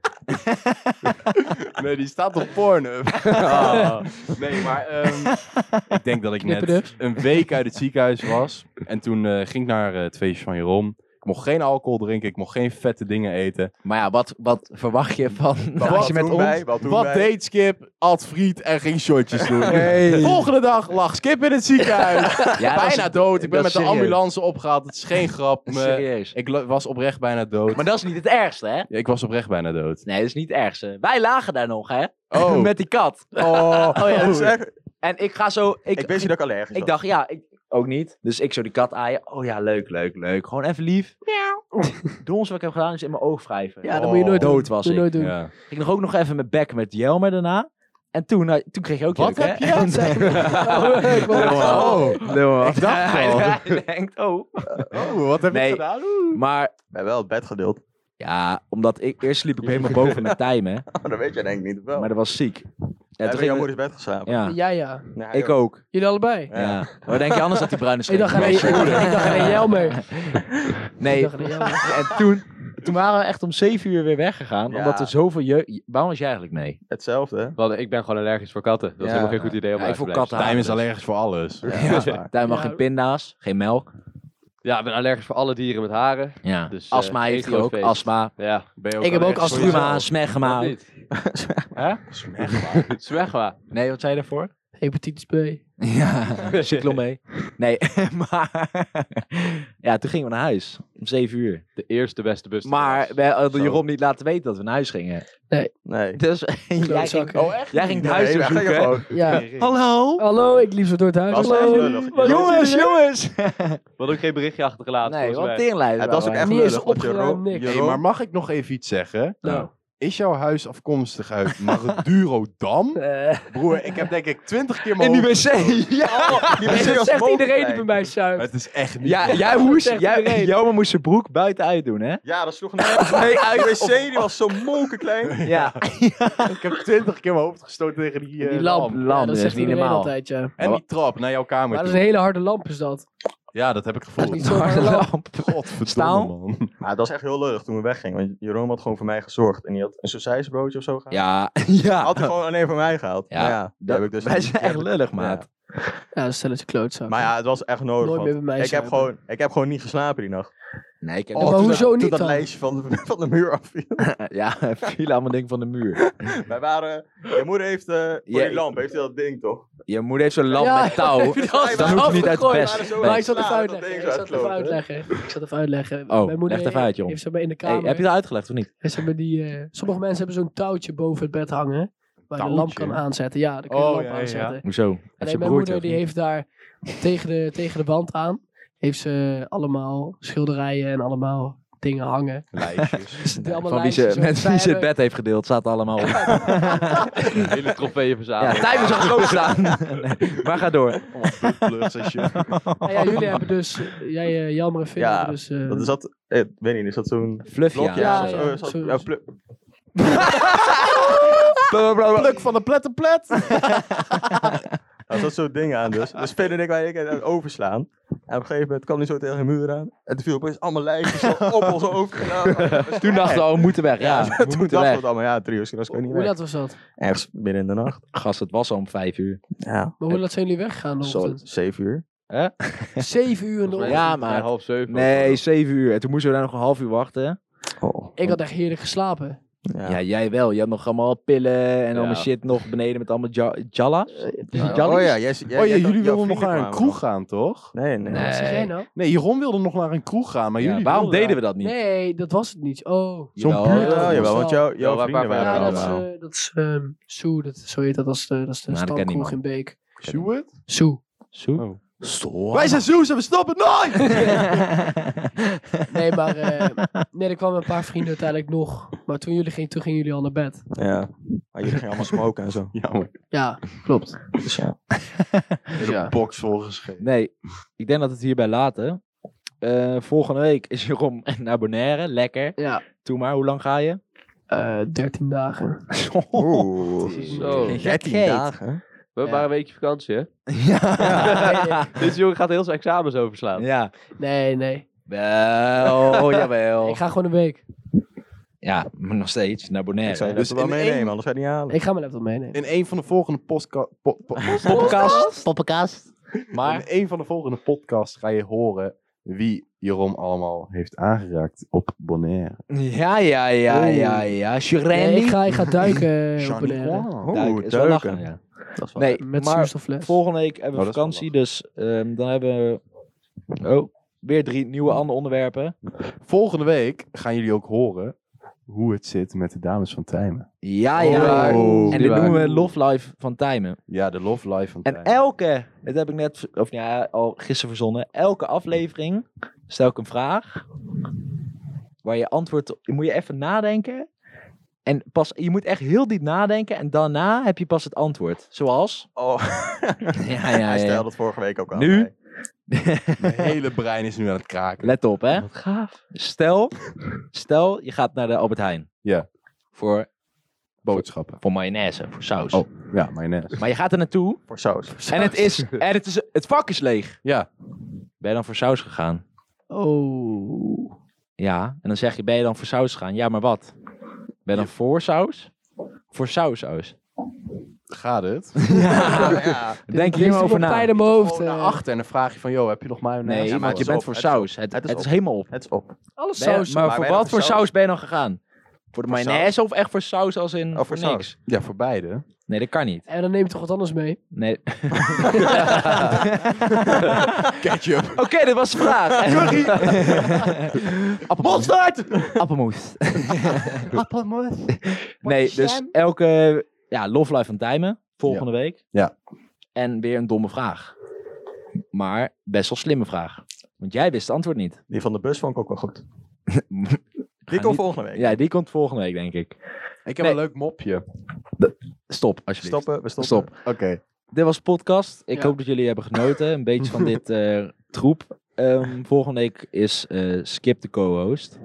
Speaker 1: Nee, die staat op Pornhub. Nee, maar ehm, ik denk dat ik
Speaker 4: Knippen
Speaker 1: net een week uit het ziekenhuis was. En toen eh, ging ik naar eh, het feestje van Jeroen. Ik mocht geen alcohol drinken, ik mocht geen vette dingen eten.
Speaker 3: maar ja, wat, wat verwacht je van...
Speaker 5: Wat
Speaker 1: Nou, als je
Speaker 5: doen
Speaker 1: met ons-
Speaker 5: wij? Wat doen
Speaker 1: Wat
Speaker 5: wij?
Speaker 1: deed Skip? At friet en ging shotjes doen. Volgende dag lag Skip in het ziekenhuis.
Speaker 3: Ja, dat is-
Speaker 1: bijna dood. Ik
Speaker 3: dat
Speaker 1: ben met
Speaker 3: is
Speaker 1: de
Speaker 3: serieus.
Speaker 1: ambulance opgehaald. Het is geen grap.
Speaker 3: Dat
Speaker 1: me-
Speaker 3: is Serieus.
Speaker 1: ik lo- was oprecht bijna dood.
Speaker 3: Maar dat is niet het ergste, hè?
Speaker 1: Ja, ik was oprecht bijna dood.
Speaker 3: Nee, dat is niet het ergste. Wij lagen daar nog, hè?
Speaker 1: Oh.
Speaker 3: Met die kat.
Speaker 5: Oh, dat is echt-
Speaker 3: En ik ga zo... Ik,
Speaker 5: Ik wist niet dat ik allergisch
Speaker 3: ik
Speaker 5: was.
Speaker 3: dacht, ja, ik ook niet. Dus ik zo die kat aaien. Oh ja, leuk, leuk, leuk. Gewoon even lief. Doe ons wat ik heb gedaan, is in mijn oog wrijven.
Speaker 4: Ja, dat moet je nooit
Speaker 3: dood
Speaker 4: doen.
Speaker 3: was
Speaker 4: Moet je
Speaker 3: ik.
Speaker 4: nooit doen.
Speaker 1: Ja.
Speaker 3: Ik nog ook nog even mijn bek met Jelmer daarna. En toen, eh, toen kreeg je ook
Speaker 1: Wat
Speaker 3: jeuk,
Speaker 1: heb
Speaker 3: hè?
Speaker 1: je? Wat zei
Speaker 4: Oh,
Speaker 1: Oh,
Speaker 3: Ik dacht
Speaker 1: al.
Speaker 3: Hij denkt, oh.
Speaker 1: oh, wat heb
Speaker 3: Nee.
Speaker 1: ik gedaan?
Speaker 3: Maar
Speaker 5: Ik ben wel het bed gedeeld.
Speaker 3: ja, omdat ik... Eerst sliep ik helemaal boven met Tijmen.
Speaker 5: Oh, dat weet jij denk ik niet wel.
Speaker 3: Maar dat was ziek.
Speaker 5: Hij
Speaker 3: Ja,
Speaker 5: heeft
Speaker 3: toen
Speaker 5: in jouw
Speaker 3: ging
Speaker 5: moeders bed geslapen.
Speaker 3: ja,
Speaker 4: Ja, ja.
Speaker 5: Nee, hij
Speaker 3: ik ook.
Speaker 4: Jullie allebei.
Speaker 5: Ja.
Speaker 3: Ja. Maar denk je anders dat die bruine
Speaker 4: Ik
Speaker 3: schrik
Speaker 4: dacht aan
Speaker 3: was?
Speaker 4: ik dacht aan een Jelmer. Ik
Speaker 3: Nee.
Speaker 4: dacht aan een Jelmer.
Speaker 3: En toen, Toen waren we echt om zeven uur weer weggegaan.
Speaker 5: Ja.
Speaker 3: Omdat er zoveel jeugd... Waarom was jij eigenlijk mee?
Speaker 5: Hetzelfde, hè?
Speaker 6: Want ik ben gewoon allergisch voor katten. Dat is
Speaker 5: Ja.
Speaker 6: helemaal geen goed idee om
Speaker 3: Ja,
Speaker 6: uit
Speaker 3: ik
Speaker 6: te
Speaker 3: vond katten-
Speaker 6: blijven
Speaker 3: dus-
Speaker 1: Tijm is allergisch voor alles.
Speaker 5: Ja, dat is waar.
Speaker 3: Daar mag
Speaker 4: Ja.
Speaker 3: geen pinda's, geen melk.
Speaker 6: staan. Ja, ik ben allergisch voor alle dieren met haren.
Speaker 3: Ja.
Speaker 6: Dus, eh,
Speaker 3: astma heeft
Speaker 6: één
Speaker 3: hij
Speaker 6: groot
Speaker 3: ook,
Speaker 6: feest.
Speaker 3: astma.
Speaker 6: Ja,
Speaker 1: Ben je ook
Speaker 4: Ik heb ook
Speaker 1: allergisch voor
Speaker 3: Astma,
Speaker 1: jezelf?
Speaker 3: smegma.
Speaker 6: dat niet.
Speaker 3: Hè?
Speaker 6: Zwegwa.
Speaker 3: Nee, wat zei je daarvoor?
Speaker 4: Hepatitis B.
Speaker 3: Ja, cyclon mee. Nee, maar... Ja, toen gingen we naar huis. Om zeven uur.
Speaker 6: De eerste beste bus.
Speaker 3: Maar we hadden
Speaker 5: Zo.
Speaker 3: Jeroen niet laten weten dat we naar huis gingen.
Speaker 5: Nee.
Speaker 3: Dus jij ging,
Speaker 4: Klootzakken.
Speaker 3: oh, echt? Jij ging het huis
Speaker 5: Nee, wij gingen
Speaker 3: zoeken.
Speaker 5: gewoon.
Speaker 4: Ja.
Speaker 3: Oh. Hallo?
Speaker 4: Hallo, ik liep zo door het huis.
Speaker 5: Dat was echt
Speaker 4: Hallo. Nou,
Speaker 5: lullig.
Speaker 4: Wat-
Speaker 3: jongens, jongens!
Speaker 6: We hadden ook geen berichtje achtergelaten.
Speaker 3: nee,
Speaker 6: volgens
Speaker 3: wat
Speaker 6: mij.
Speaker 3: teringlijst.
Speaker 5: Het was ook echt
Speaker 4: Niet eens
Speaker 5: lullig, want Jero-
Speaker 4: opgeruimd, niks.
Speaker 1: Hey,
Speaker 5: Jeroen-
Speaker 1: maar mag ik nog even iets zeggen?
Speaker 4: Nou.
Speaker 1: Is jouw huis afkomstig uit Maraduro Dam?
Speaker 4: Eh,
Speaker 1: Broer, ik heb denk ik twintig keer mijn
Speaker 3: In die
Speaker 1: hoofd
Speaker 3: wc. Ja,
Speaker 5: Oh,
Speaker 4: dat
Speaker 5: Die mensen die als
Speaker 4: zegt
Speaker 5: boven
Speaker 4: iedereen die
Speaker 5: kijken.
Speaker 4: bij mij zuipt.
Speaker 1: Het is echt niet.
Speaker 3: ja jij
Speaker 4: moest-
Speaker 3: moest,
Speaker 4: Zegt jij- iedereen.
Speaker 3: moest zijn broek buiten uitdoen, hè?
Speaker 5: Ja, dat sloeg een
Speaker 3: Nee,
Speaker 5: Die
Speaker 3: uit.
Speaker 5: wc die was zo monkenklein.
Speaker 3: Ja.
Speaker 1: ik heb twintig keer mijn hoofd gestoten tegen die, eh,
Speaker 4: Die lamp.
Speaker 3: lamp,
Speaker 4: Ja,
Speaker 3: lamp,
Speaker 4: dat
Speaker 3: dat
Speaker 4: zegt
Speaker 3: is niet
Speaker 4: iedereen
Speaker 3: normaal.
Speaker 4: altijd, ja.
Speaker 1: En die trap naar jouw kamer.
Speaker 4: Maar dat is
Speaker 1: toe.
Speaker 4: een hele harde lamp, is dat.
Speaker 1: Ja, dat heb ik
Speaker 4: Dat is
Speaker 1: gevoeld.
Speaker 4: niet Harde lamp.
Speaker 1: Godverdomme,
Speaker 3: Staal?
Speaker 1: man. Oh,
Speaker 5: Maar het was echt heel lullig toen we weggingen. Want Jeroen had gewoon voor mij gezorgd. En die had een sausijsbroodje of zo gehaald.
Speaker 3: Ja, ja.
Speaker 5: Had hij gewoon aan een van mij gehaald.
Speaker 3: Ja,
Speaker 5: Maar ja, die
Speaker 3: dat-
Speaker 5: heb ik dus
Speaker 3: Wij
Speaker 5: niet.
Speaker 3: zijn echt lullig, maat.
Speaker 4: Ja, dat stelletje klootzak.
Speaker 5: Maar ja, het was echt nodig.
Speaker 4: Nooit
Speaker 5: want
Speaker 4: meer bij mij
Speaker 5: ik, heb
Speaker 4: zuipen.
Speaker 5: gewoon, ik heb gewoon niet geslapen die nacht.
Speaker 3: Nee, ik heb
Speaker 4: maar
Speaker 5: toen
Speaker 4: hoezo
Speaker 5: dat-
Speaker 4: niet
Speaker 5: Toen
Speaker 4: dan?
Speaker 5: dat lijstje van de, van de muur afviel.
Speaker 3: Ja, viel allemaal ding van de muur.
Speaker 5: Wij waren... Je moeder heeft... eh voor
Speaker 3: Ja,
Speaker 5: die lamp heeft hij dat ding, toch?
Speaker 3: Je moeder heeft zo'n lamp
Speaker 4: Ja,
Speaker 3: met touw.
Speaker 4: heb je dat
Speaker 3: Dan hoef je niet uit het
Speaker 4: afgegooid?
Speaker 3: best.
Speaker 5: Waren zo-
Speaker 4: Oh Maar ik zat
Speaker 5: Ja,
Speaker 4: even
Speaker 5: dat
Speaker 4: uitleggen.
Speaker 5: ding
Speaker 4: Ik
Speaker 5: is
Speaker 4: zat even
Speaker 5: uitgeloten.
Speaker 4: uitleggen. Ik zat even uitleggen.
Speaker 3: Oh,
Speaker 4: Mijn moeder
Speaker 3: leg even uit, jong.
Speaker 4: heeft zeg maar in de
Speaker 3: Hey,
Speaker 4: kamer.
Speaker 3: heb je dat uitgelegd of niet?
Speaker 4: En ze hebben die, eh, sommige mensen hebben zo'n touwtje boven het bed hangen. Waar je de lamp
Speaker 1: Touwtje?
Speaker 4: kan aanzetten. Ja, daar kun je
Speaker 1: Oh,
Speaker 4: de lamp
Speaker 1: ja, ja, ja.
Speaker 4: aanzetten.
Speaker 3: Hoezo? Heb
Speaker 4: Alleen
Speaker 3: je
Speaker 4: mijn
Speaker 3: broer
Speaker 4: moeder die heeft daar tegen de, tegen de wand aan. Heeft ze allemaal schilderijen en allemaal dingen hangen.
Speaker 1: Lijstjes.
Speaker 4: Dus die allemaal
Speaker 3: Van wie ze,
Speaker 4: lijstjes,
Speaker 3: met
Speaker 4: zo.
Speaker 3: wie ze
Speaker 4: Zij
Speaker 3: het bed heeft gedeeld, zaten allemaal op.
Speaker 6: Hele trofeeën verzameld.
Speaker 3: Ja, Tijmen zag er ook staan. Nee, maar ga door.
Speaker 4: hebben- nou ja, jullie hebben dus, jij eh, Jelmer en Finn
Speaker 5: Ja,
Speaker 4: hebben dus... eh,
Speaker 5: Dat is dat... eh, Ik weet niet, is dat zo'n...
Speaker 3: Fluffy
Speaker 5: Blokje?
Speaker 4: Ja,
Speaker 5: of
Speaker 4: ja,
Speaker 5: zo? Is dat-
Speaker 4: zo-
Speaker 5: ja, plu-
Speaker 1: Pluk van de plette plet.
Speaker 5: Als Nou, dat soort dingen aan dus. Dus Finn en ik waren de hele tijd aan het overslaan. En op een gegeven moment kwam hij zo tegen de muur aan. En toen viel opeens allemaal lijstjes zo op ons hoofd.
Speaker 3: Toen dachten we al, we moeten weg. Ja, we moeten
Speaker 5: toen dachten we
Speaker 3: weg.
Speaker 5: het allemaal. Ja, trio Sinos kan niet
Speaker 4: hoe
Speaker 5: weg.
Speaker 4: laat was dat?
Speaker 5: Ergens binnen in de nacht.
Speaker 3: Gast, het was al om vijf uur.
Speaker 5: Ja,
Speaker 4: Maar hoe laat zijn jullie weggegaan de
Speaker 5: zo
Speaker 4: ochtend?
Speaker 5: zeven uur.
Speaker 4: Zeven uur in de
Speaker 6: Volgens
Speaker 4: ochtend.
Speaker 6: mij is
Speaker 3: Ja,
Speaker 6: het, eh,
Speaker 3: maar-
Speaker 6: Half zeven.
Speaker 3: Nee, zeven uur. En toen moesten we daar nog een half uur wachten.
Speaker 5: Oh.
Speaker 4: Ik had echt heerlijk geslapen.
Speaker 5: Ja.
Speaker 3: Ja, jij wel. Je had nog allemaal pillen en
Speaker 6: Ja.
Speaker 3: allemaal shit nog beneden met allemaal ja- jalla.
Speaker 4: Eh,
Speaker 5: Ja,
Speaker 3: Jan
Speaker 5: oh
Speaker 3: is-
Speaker 5: ja, jij, jij,
Speaker 1: Oh ja,
Speaker 5: jij-
Speaker 1: jullie
Speaker 5: jouw
Speaker 1: wilden nog
Speaker 5: vrienden
Speaker 1: naar een
Speaker 5: kwamen
Speaker 1: kroeg gaan, toch?
Speaker 5: Nee, nee.
Speaker 3: Nee.
Speaker 4: Wat zeg jij nou?
Speaker 1: Nee, Jeroen wilde nog naar een kroeg gaan, maar
Speaker 3: Ja,
Speaker 1: jullie
Speaker 3: waarom
Speaker 1: wilden
Speaker 3: deden we dat niet?
Speaker 4: Nee, dat was het niet. Oh.
Speaker 1: zo'n
Speaker 3: Jawel.
Speaker 1: buurt-
Speaker 5: Ja,
Speaker 4: Ja,
Speaker 5: jawel, want jou, jouw
Speaker 6: Ja, waar-
Speaker 5: vrienden
Speaker 6: waar-
Speaker 5: waren
Speaker 4: Ja,
Speaker 5: er
Speaker 4: dat is,
Speaker 5: allemaal.
Speaker 4: eh, dat is ehm, Soe, dat, zo heet dat als de, dat is de
Speaker 3: Nou, dat ken
Speaker 4: stamkroeg
Speaker 3: niemand.
Speaker 4: in Beek.
Speaker 1: Sjoerd?
Speaker 4: Soe.
Speaker 3: Zo.
Speaker 1: Oh.
Speaker 3: Zo.
Speaker 1: Wij zijn Zeus en we snappen het nooit!
Speaker 4: Nee, maar eh, nee, er kwamen een paar vrienden uiteindelijk nog. Maar toen jullie gingen, toen gingen jullie al naar bed.
Speaker 5: Ja. Maar jullie gingen allemaal smoken en zo.
Speaker 1: Jammer.
Speaker 4: Ja, klopt.
Speaker 5: Dus ja.
Speaker 1: Hele
Speaker 4: Ja.
Speaker 1: box volgeschreven.
Speaker 3: Nee, ik denk dat we het hierbij laten. Eh, volgende week is Jeroen naar Bonaire. Lekker.
Speaker 4: Ja,
Speaker 3: Toen maar, hoe lang ga je?
Speaker 4: eh 13 dagen.
Speaker 5: Oeh.
Speaker 6: Zo.
Speaker 3: Geen
Speaker 5: 13
Speaker 3: gekheid.
Speaker 5: dagen.
Speaker 6: We hebben maar een weekje vakantie, hè?
Speaker 3: Ja.
Speaker 6: Deze jongen gaat heel zijn examens overslaan.
Speaker 3: ja.
Speaker 4: Nee, nee.
Speaker 3: Wel, jawel.
Speaker 4: Ik ga gewoon een week.
Speaker 3: Ja, maar nog steeds naar
Speaker 5: Ik zou je
Speaker 3: Bonaire.
Speaker 1: Dus
Speaker 5: dus wel
Speaker 1: in één-
Speaker 5: meenemen, anders zou je het niet halen.
Speaker 4: Ik ga mijn laptop meenemen.
Speaker 1: In een van de volgende podcast...
Speaker 3: Poppenkast. Poppenkast. Maar
Speaker 1: In een van de volgende podcasts ga je horen wie Jeroen allemaal heeft aangeraakt op Bonaire.
Speaker 3: Ja, ja, ja, ja, Oh. ja.
Speaker 4: Nee, ik,
Speaker 3: Shirley.
Speaker 4: ga, ik ga duiken eh, op een air.
Speaker 5: Oeh,
Speaker 3: Duiken, is wel lachen, ja.
Speaker 5: Dat is wel
Speaker 3: Nee,
Speaker 4: Met
Speaker 3: maar
Speaker 4: zuurstoffles.
Speaker 3: volgende week hebben we
Speaker 1: Oh, dat is wel
Speaker 3: vakantie, dus ehm, dan hebben we... Oh, weer drie nieuwe andere onderwerpen.
Speaker 1: Volgende week gaan jullie ook horen hoe het zit met de dames van Tijmen.
Speaker 3: Ja,
Speaker 5: Oh,
Speaker 3: ja.
Speaker 5: oh,
Speaker 3: en
Speaker 5: die
Speaker 3: dit
Speaker 5: waar.
Speaker 3: noemen we Love Life van Tijmen.
Speaker 1: Ja, de love life van
Speaker 3: En
Speaker 1: Tijmen.
Speaker 3: elke, dat heb ik net, of ja, al gisteren verzonnen. Elke aflevering stel ik een vraag. Waar je antwoord op, moet je even nadenken. En pas, je moet echt heel diep nadenken. En daarna heb je pas het antwoord. Zoals.
Speaker 5: Oh,
Speaker 3: Ja,
Speaker 5: hij stelde het vorige week ook al.
Speaker 3: Nu?
Speaker 1: Mijn hele brein is nu aan het kraken.
Speaker 3: Let op, hè. Wat gaaf. Stel, stel je gaat naar de Albert Heijn.
Speaker 1: Ja.
Speaker 3: Voor,
Speaker 1: Boodschappen.
Speaker 3: voor mayonaise, voor saus.
Speaker 1: Oh. Ja, mayonaise.
Speaker 3: Maar je gaat er naartoe
Speaker 5: Voor saus.
Speaker 3: en, het, is, en het, is, het vak is leeg.
Speaker 1: Ja.
Speaker 3: Ben je dan voor saus gegaan?
Speaker 4: Oh.
Speaker 3: Ja, en dan zeg je, ben je dan voor saus gaan? Ja, maar wat? Ben je dan voor saus? Voor saus-saus.
Speaker 1: Gaat het?
Speaker 3: Ja,
Speaker 5: ja.
Speaker 3: denk hier maar over na.
Speaker 4: Pijn in mijn hoofd.
Speaker 1: Gewoon naar
Speaker 4: eh.
Speaker 1: achter en dan vraag je van, joh, heb je nog mayonaise?
Speaker 3: Nee,
Speaker 1: Ja,
Speaker 3: want je
Speaker 5: het is
Speaker 3: bent
Speaker 5: op,
Speaker 3: voor
Speaker 5: het is op,
Speaker 3: saus. Het,
Speaker 5: het is
Speaker 3: het is
Speaker 5: op.
Speaker 3: helemaal op.
Speaker 5: Het is op.
Speaker 4: Alles
Speaker 3: Ben je-
Speaker 4: saus.
Speaker 3: maar
Speaker 5: Maar
Speaker 3: voor
Speaker 5: wij
Speaker 3: wat
Speaker 5: dachten
Speaker 3: voor
Speaker 5: voor saus.
Speaker 3: saus ben je dan gegaan? Voor de
Speaker 5: Voor
Speaker 3: mayonaise of echt voor saus als in
Speaker 5: Oh,
Speaker 3: voor
Speaker 5: voor
Speaker 3: niks?
Speaker 1: Ja, voor beide.
Speaker 3: Nee, dat kan niet.
Speaker 4: En dan neemt toch wat anders mee.
Speaker 3: Nee.
Speaker 1: Ketchup.
Speaker 3: Oké, dat was de vraag. Appelmoes.
Speaker 1: Mosterd!
Speaker 3: Appelmoes. Nee, dus elke ja, Love Life van Tijmen volgende week.
Speaker 1: Ja.
Speaker 3: En weer een domme vraag. Maar best wel slimme vraag. Want jij wist het antwoord niet.
Speaker 5: Die van de bus vond ik ook wel goed.
Speaker 3: Ga
Speaker 5: Die komt
Speaker 3: niet-
Speaker 5: volgende week.
Speaker 3: Ja, die komt volgende week, denk ik.
Speaker 1: Ik heb
Speaker 3: Nee.
Speaker 1: een leuk mopje.
Speaker 3: Stop, alsjeblieft.
Speaker 5: Stoppen, we stoppen.
Speaker 3: Stop.
Speaker 1: Oké.
Speaker 3: Dit was de podcast. Ik
Speaker 4: Ja.
Speaker 3: hoop dat jullie hebben genoten. Een beetje van dit eh, troep. Ehm, volgende week is eh, Skip de co-host.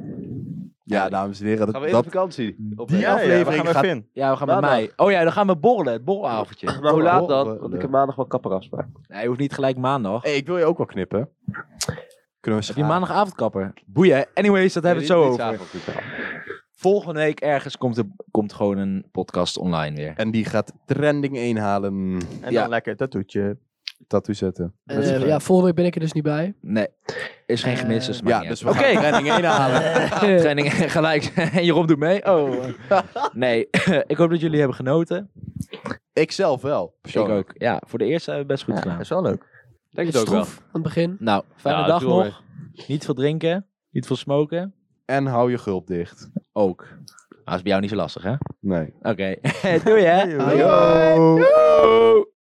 Speaker 1: Ja, dames en heren,
Speaker 6: Gaan
Speaker 1: dat,
Speaker 6: we even op
Speaker 1: dat,
Speaker 6: vakantie? Op
Speaker 1: die
Speaker 5: Ja, ja, we
Speaker 1: aflevering
Speaker 5: gaan met
Speaker 1: gaat...
Speaker 5: Finn.
Speaker 3: Ja, we gaan met
Speaker 6: Maandag.
Speaker 3: mij. Oh ja, dan gaan we borrelen. Het borrelavondje.
Speaker 6: Maar hoe
Speaker 1: Oh,
Speaker 6: laat dan?
Speaker 1: oh,
Speaker 6: Want
Speaker 1: oh.
Speaker 6: ik heb maandag wel kapperafspraak.
Speaker 3: Nee, hoeft niet gelijk maandag.
Speaker 1: Hey, ik wil je ook wel knippen. Kunnen we
Speaker 3: Heb je
Speaker 1: schaam-
Speaker 3: maandagavond kapper? Boeien. Anyways, dat hebben we het zo over.
Speaker 6: over.
Speaker 3: Volgende week ergens komt, er, komt gewoon een podcast online weer.
Speaker 1: En die gaat trending 1 halen.
Speaker 5: En
Speaker 3: Ja.
Speaker 5: dan lekker tattoetje.
Speaker 1: Tattoo zetten.
Speaker 4: Eh,
Speaker 1: Dat is fijn.
Speaker 4: ja, volgende week ben ik er dus niet bij.
Speaker 3: Nee, is geen gemis. Dus
Speaker 1: ja, dus we gaan trending 1 halen.
Speaker 3: training gelijk. En Jeroen doet mee. Oh. Nee, ik hoop dat jullie hebben genoten.
Speaker 1: ik zelf wel,
Speaker 3: Ik
Speaker 1: persoonlijk.
Speaker 3: ook. Ja, voor de eerste hebben we best goed
Speaker 5: Ja,
Speaker 3: gedaan.
Speaker 5: is wel leuk.
Speaker 6: Denk het
Speaker 4: Beetje
Speaker 6: ook wel.
Speaker 4: stroef aan het begin.
Speaker 3: Nou, fijne
Speaker 6: Ja,
Speaker 3: dag
Speaker 6: doe maar.
Speaker 3: nog. Niet veel drinken. Niet veel smoken.
Speaker 1: En hou je gulp dicht.
Speaker 3: Ook. Nou, Ah, is bij jou niet zo lastig, hè?
Speaker 1: Nee.
Speaker 3: Oké. Doei, hè?
Speaker 5: Doei.
Speaker 1: Doei.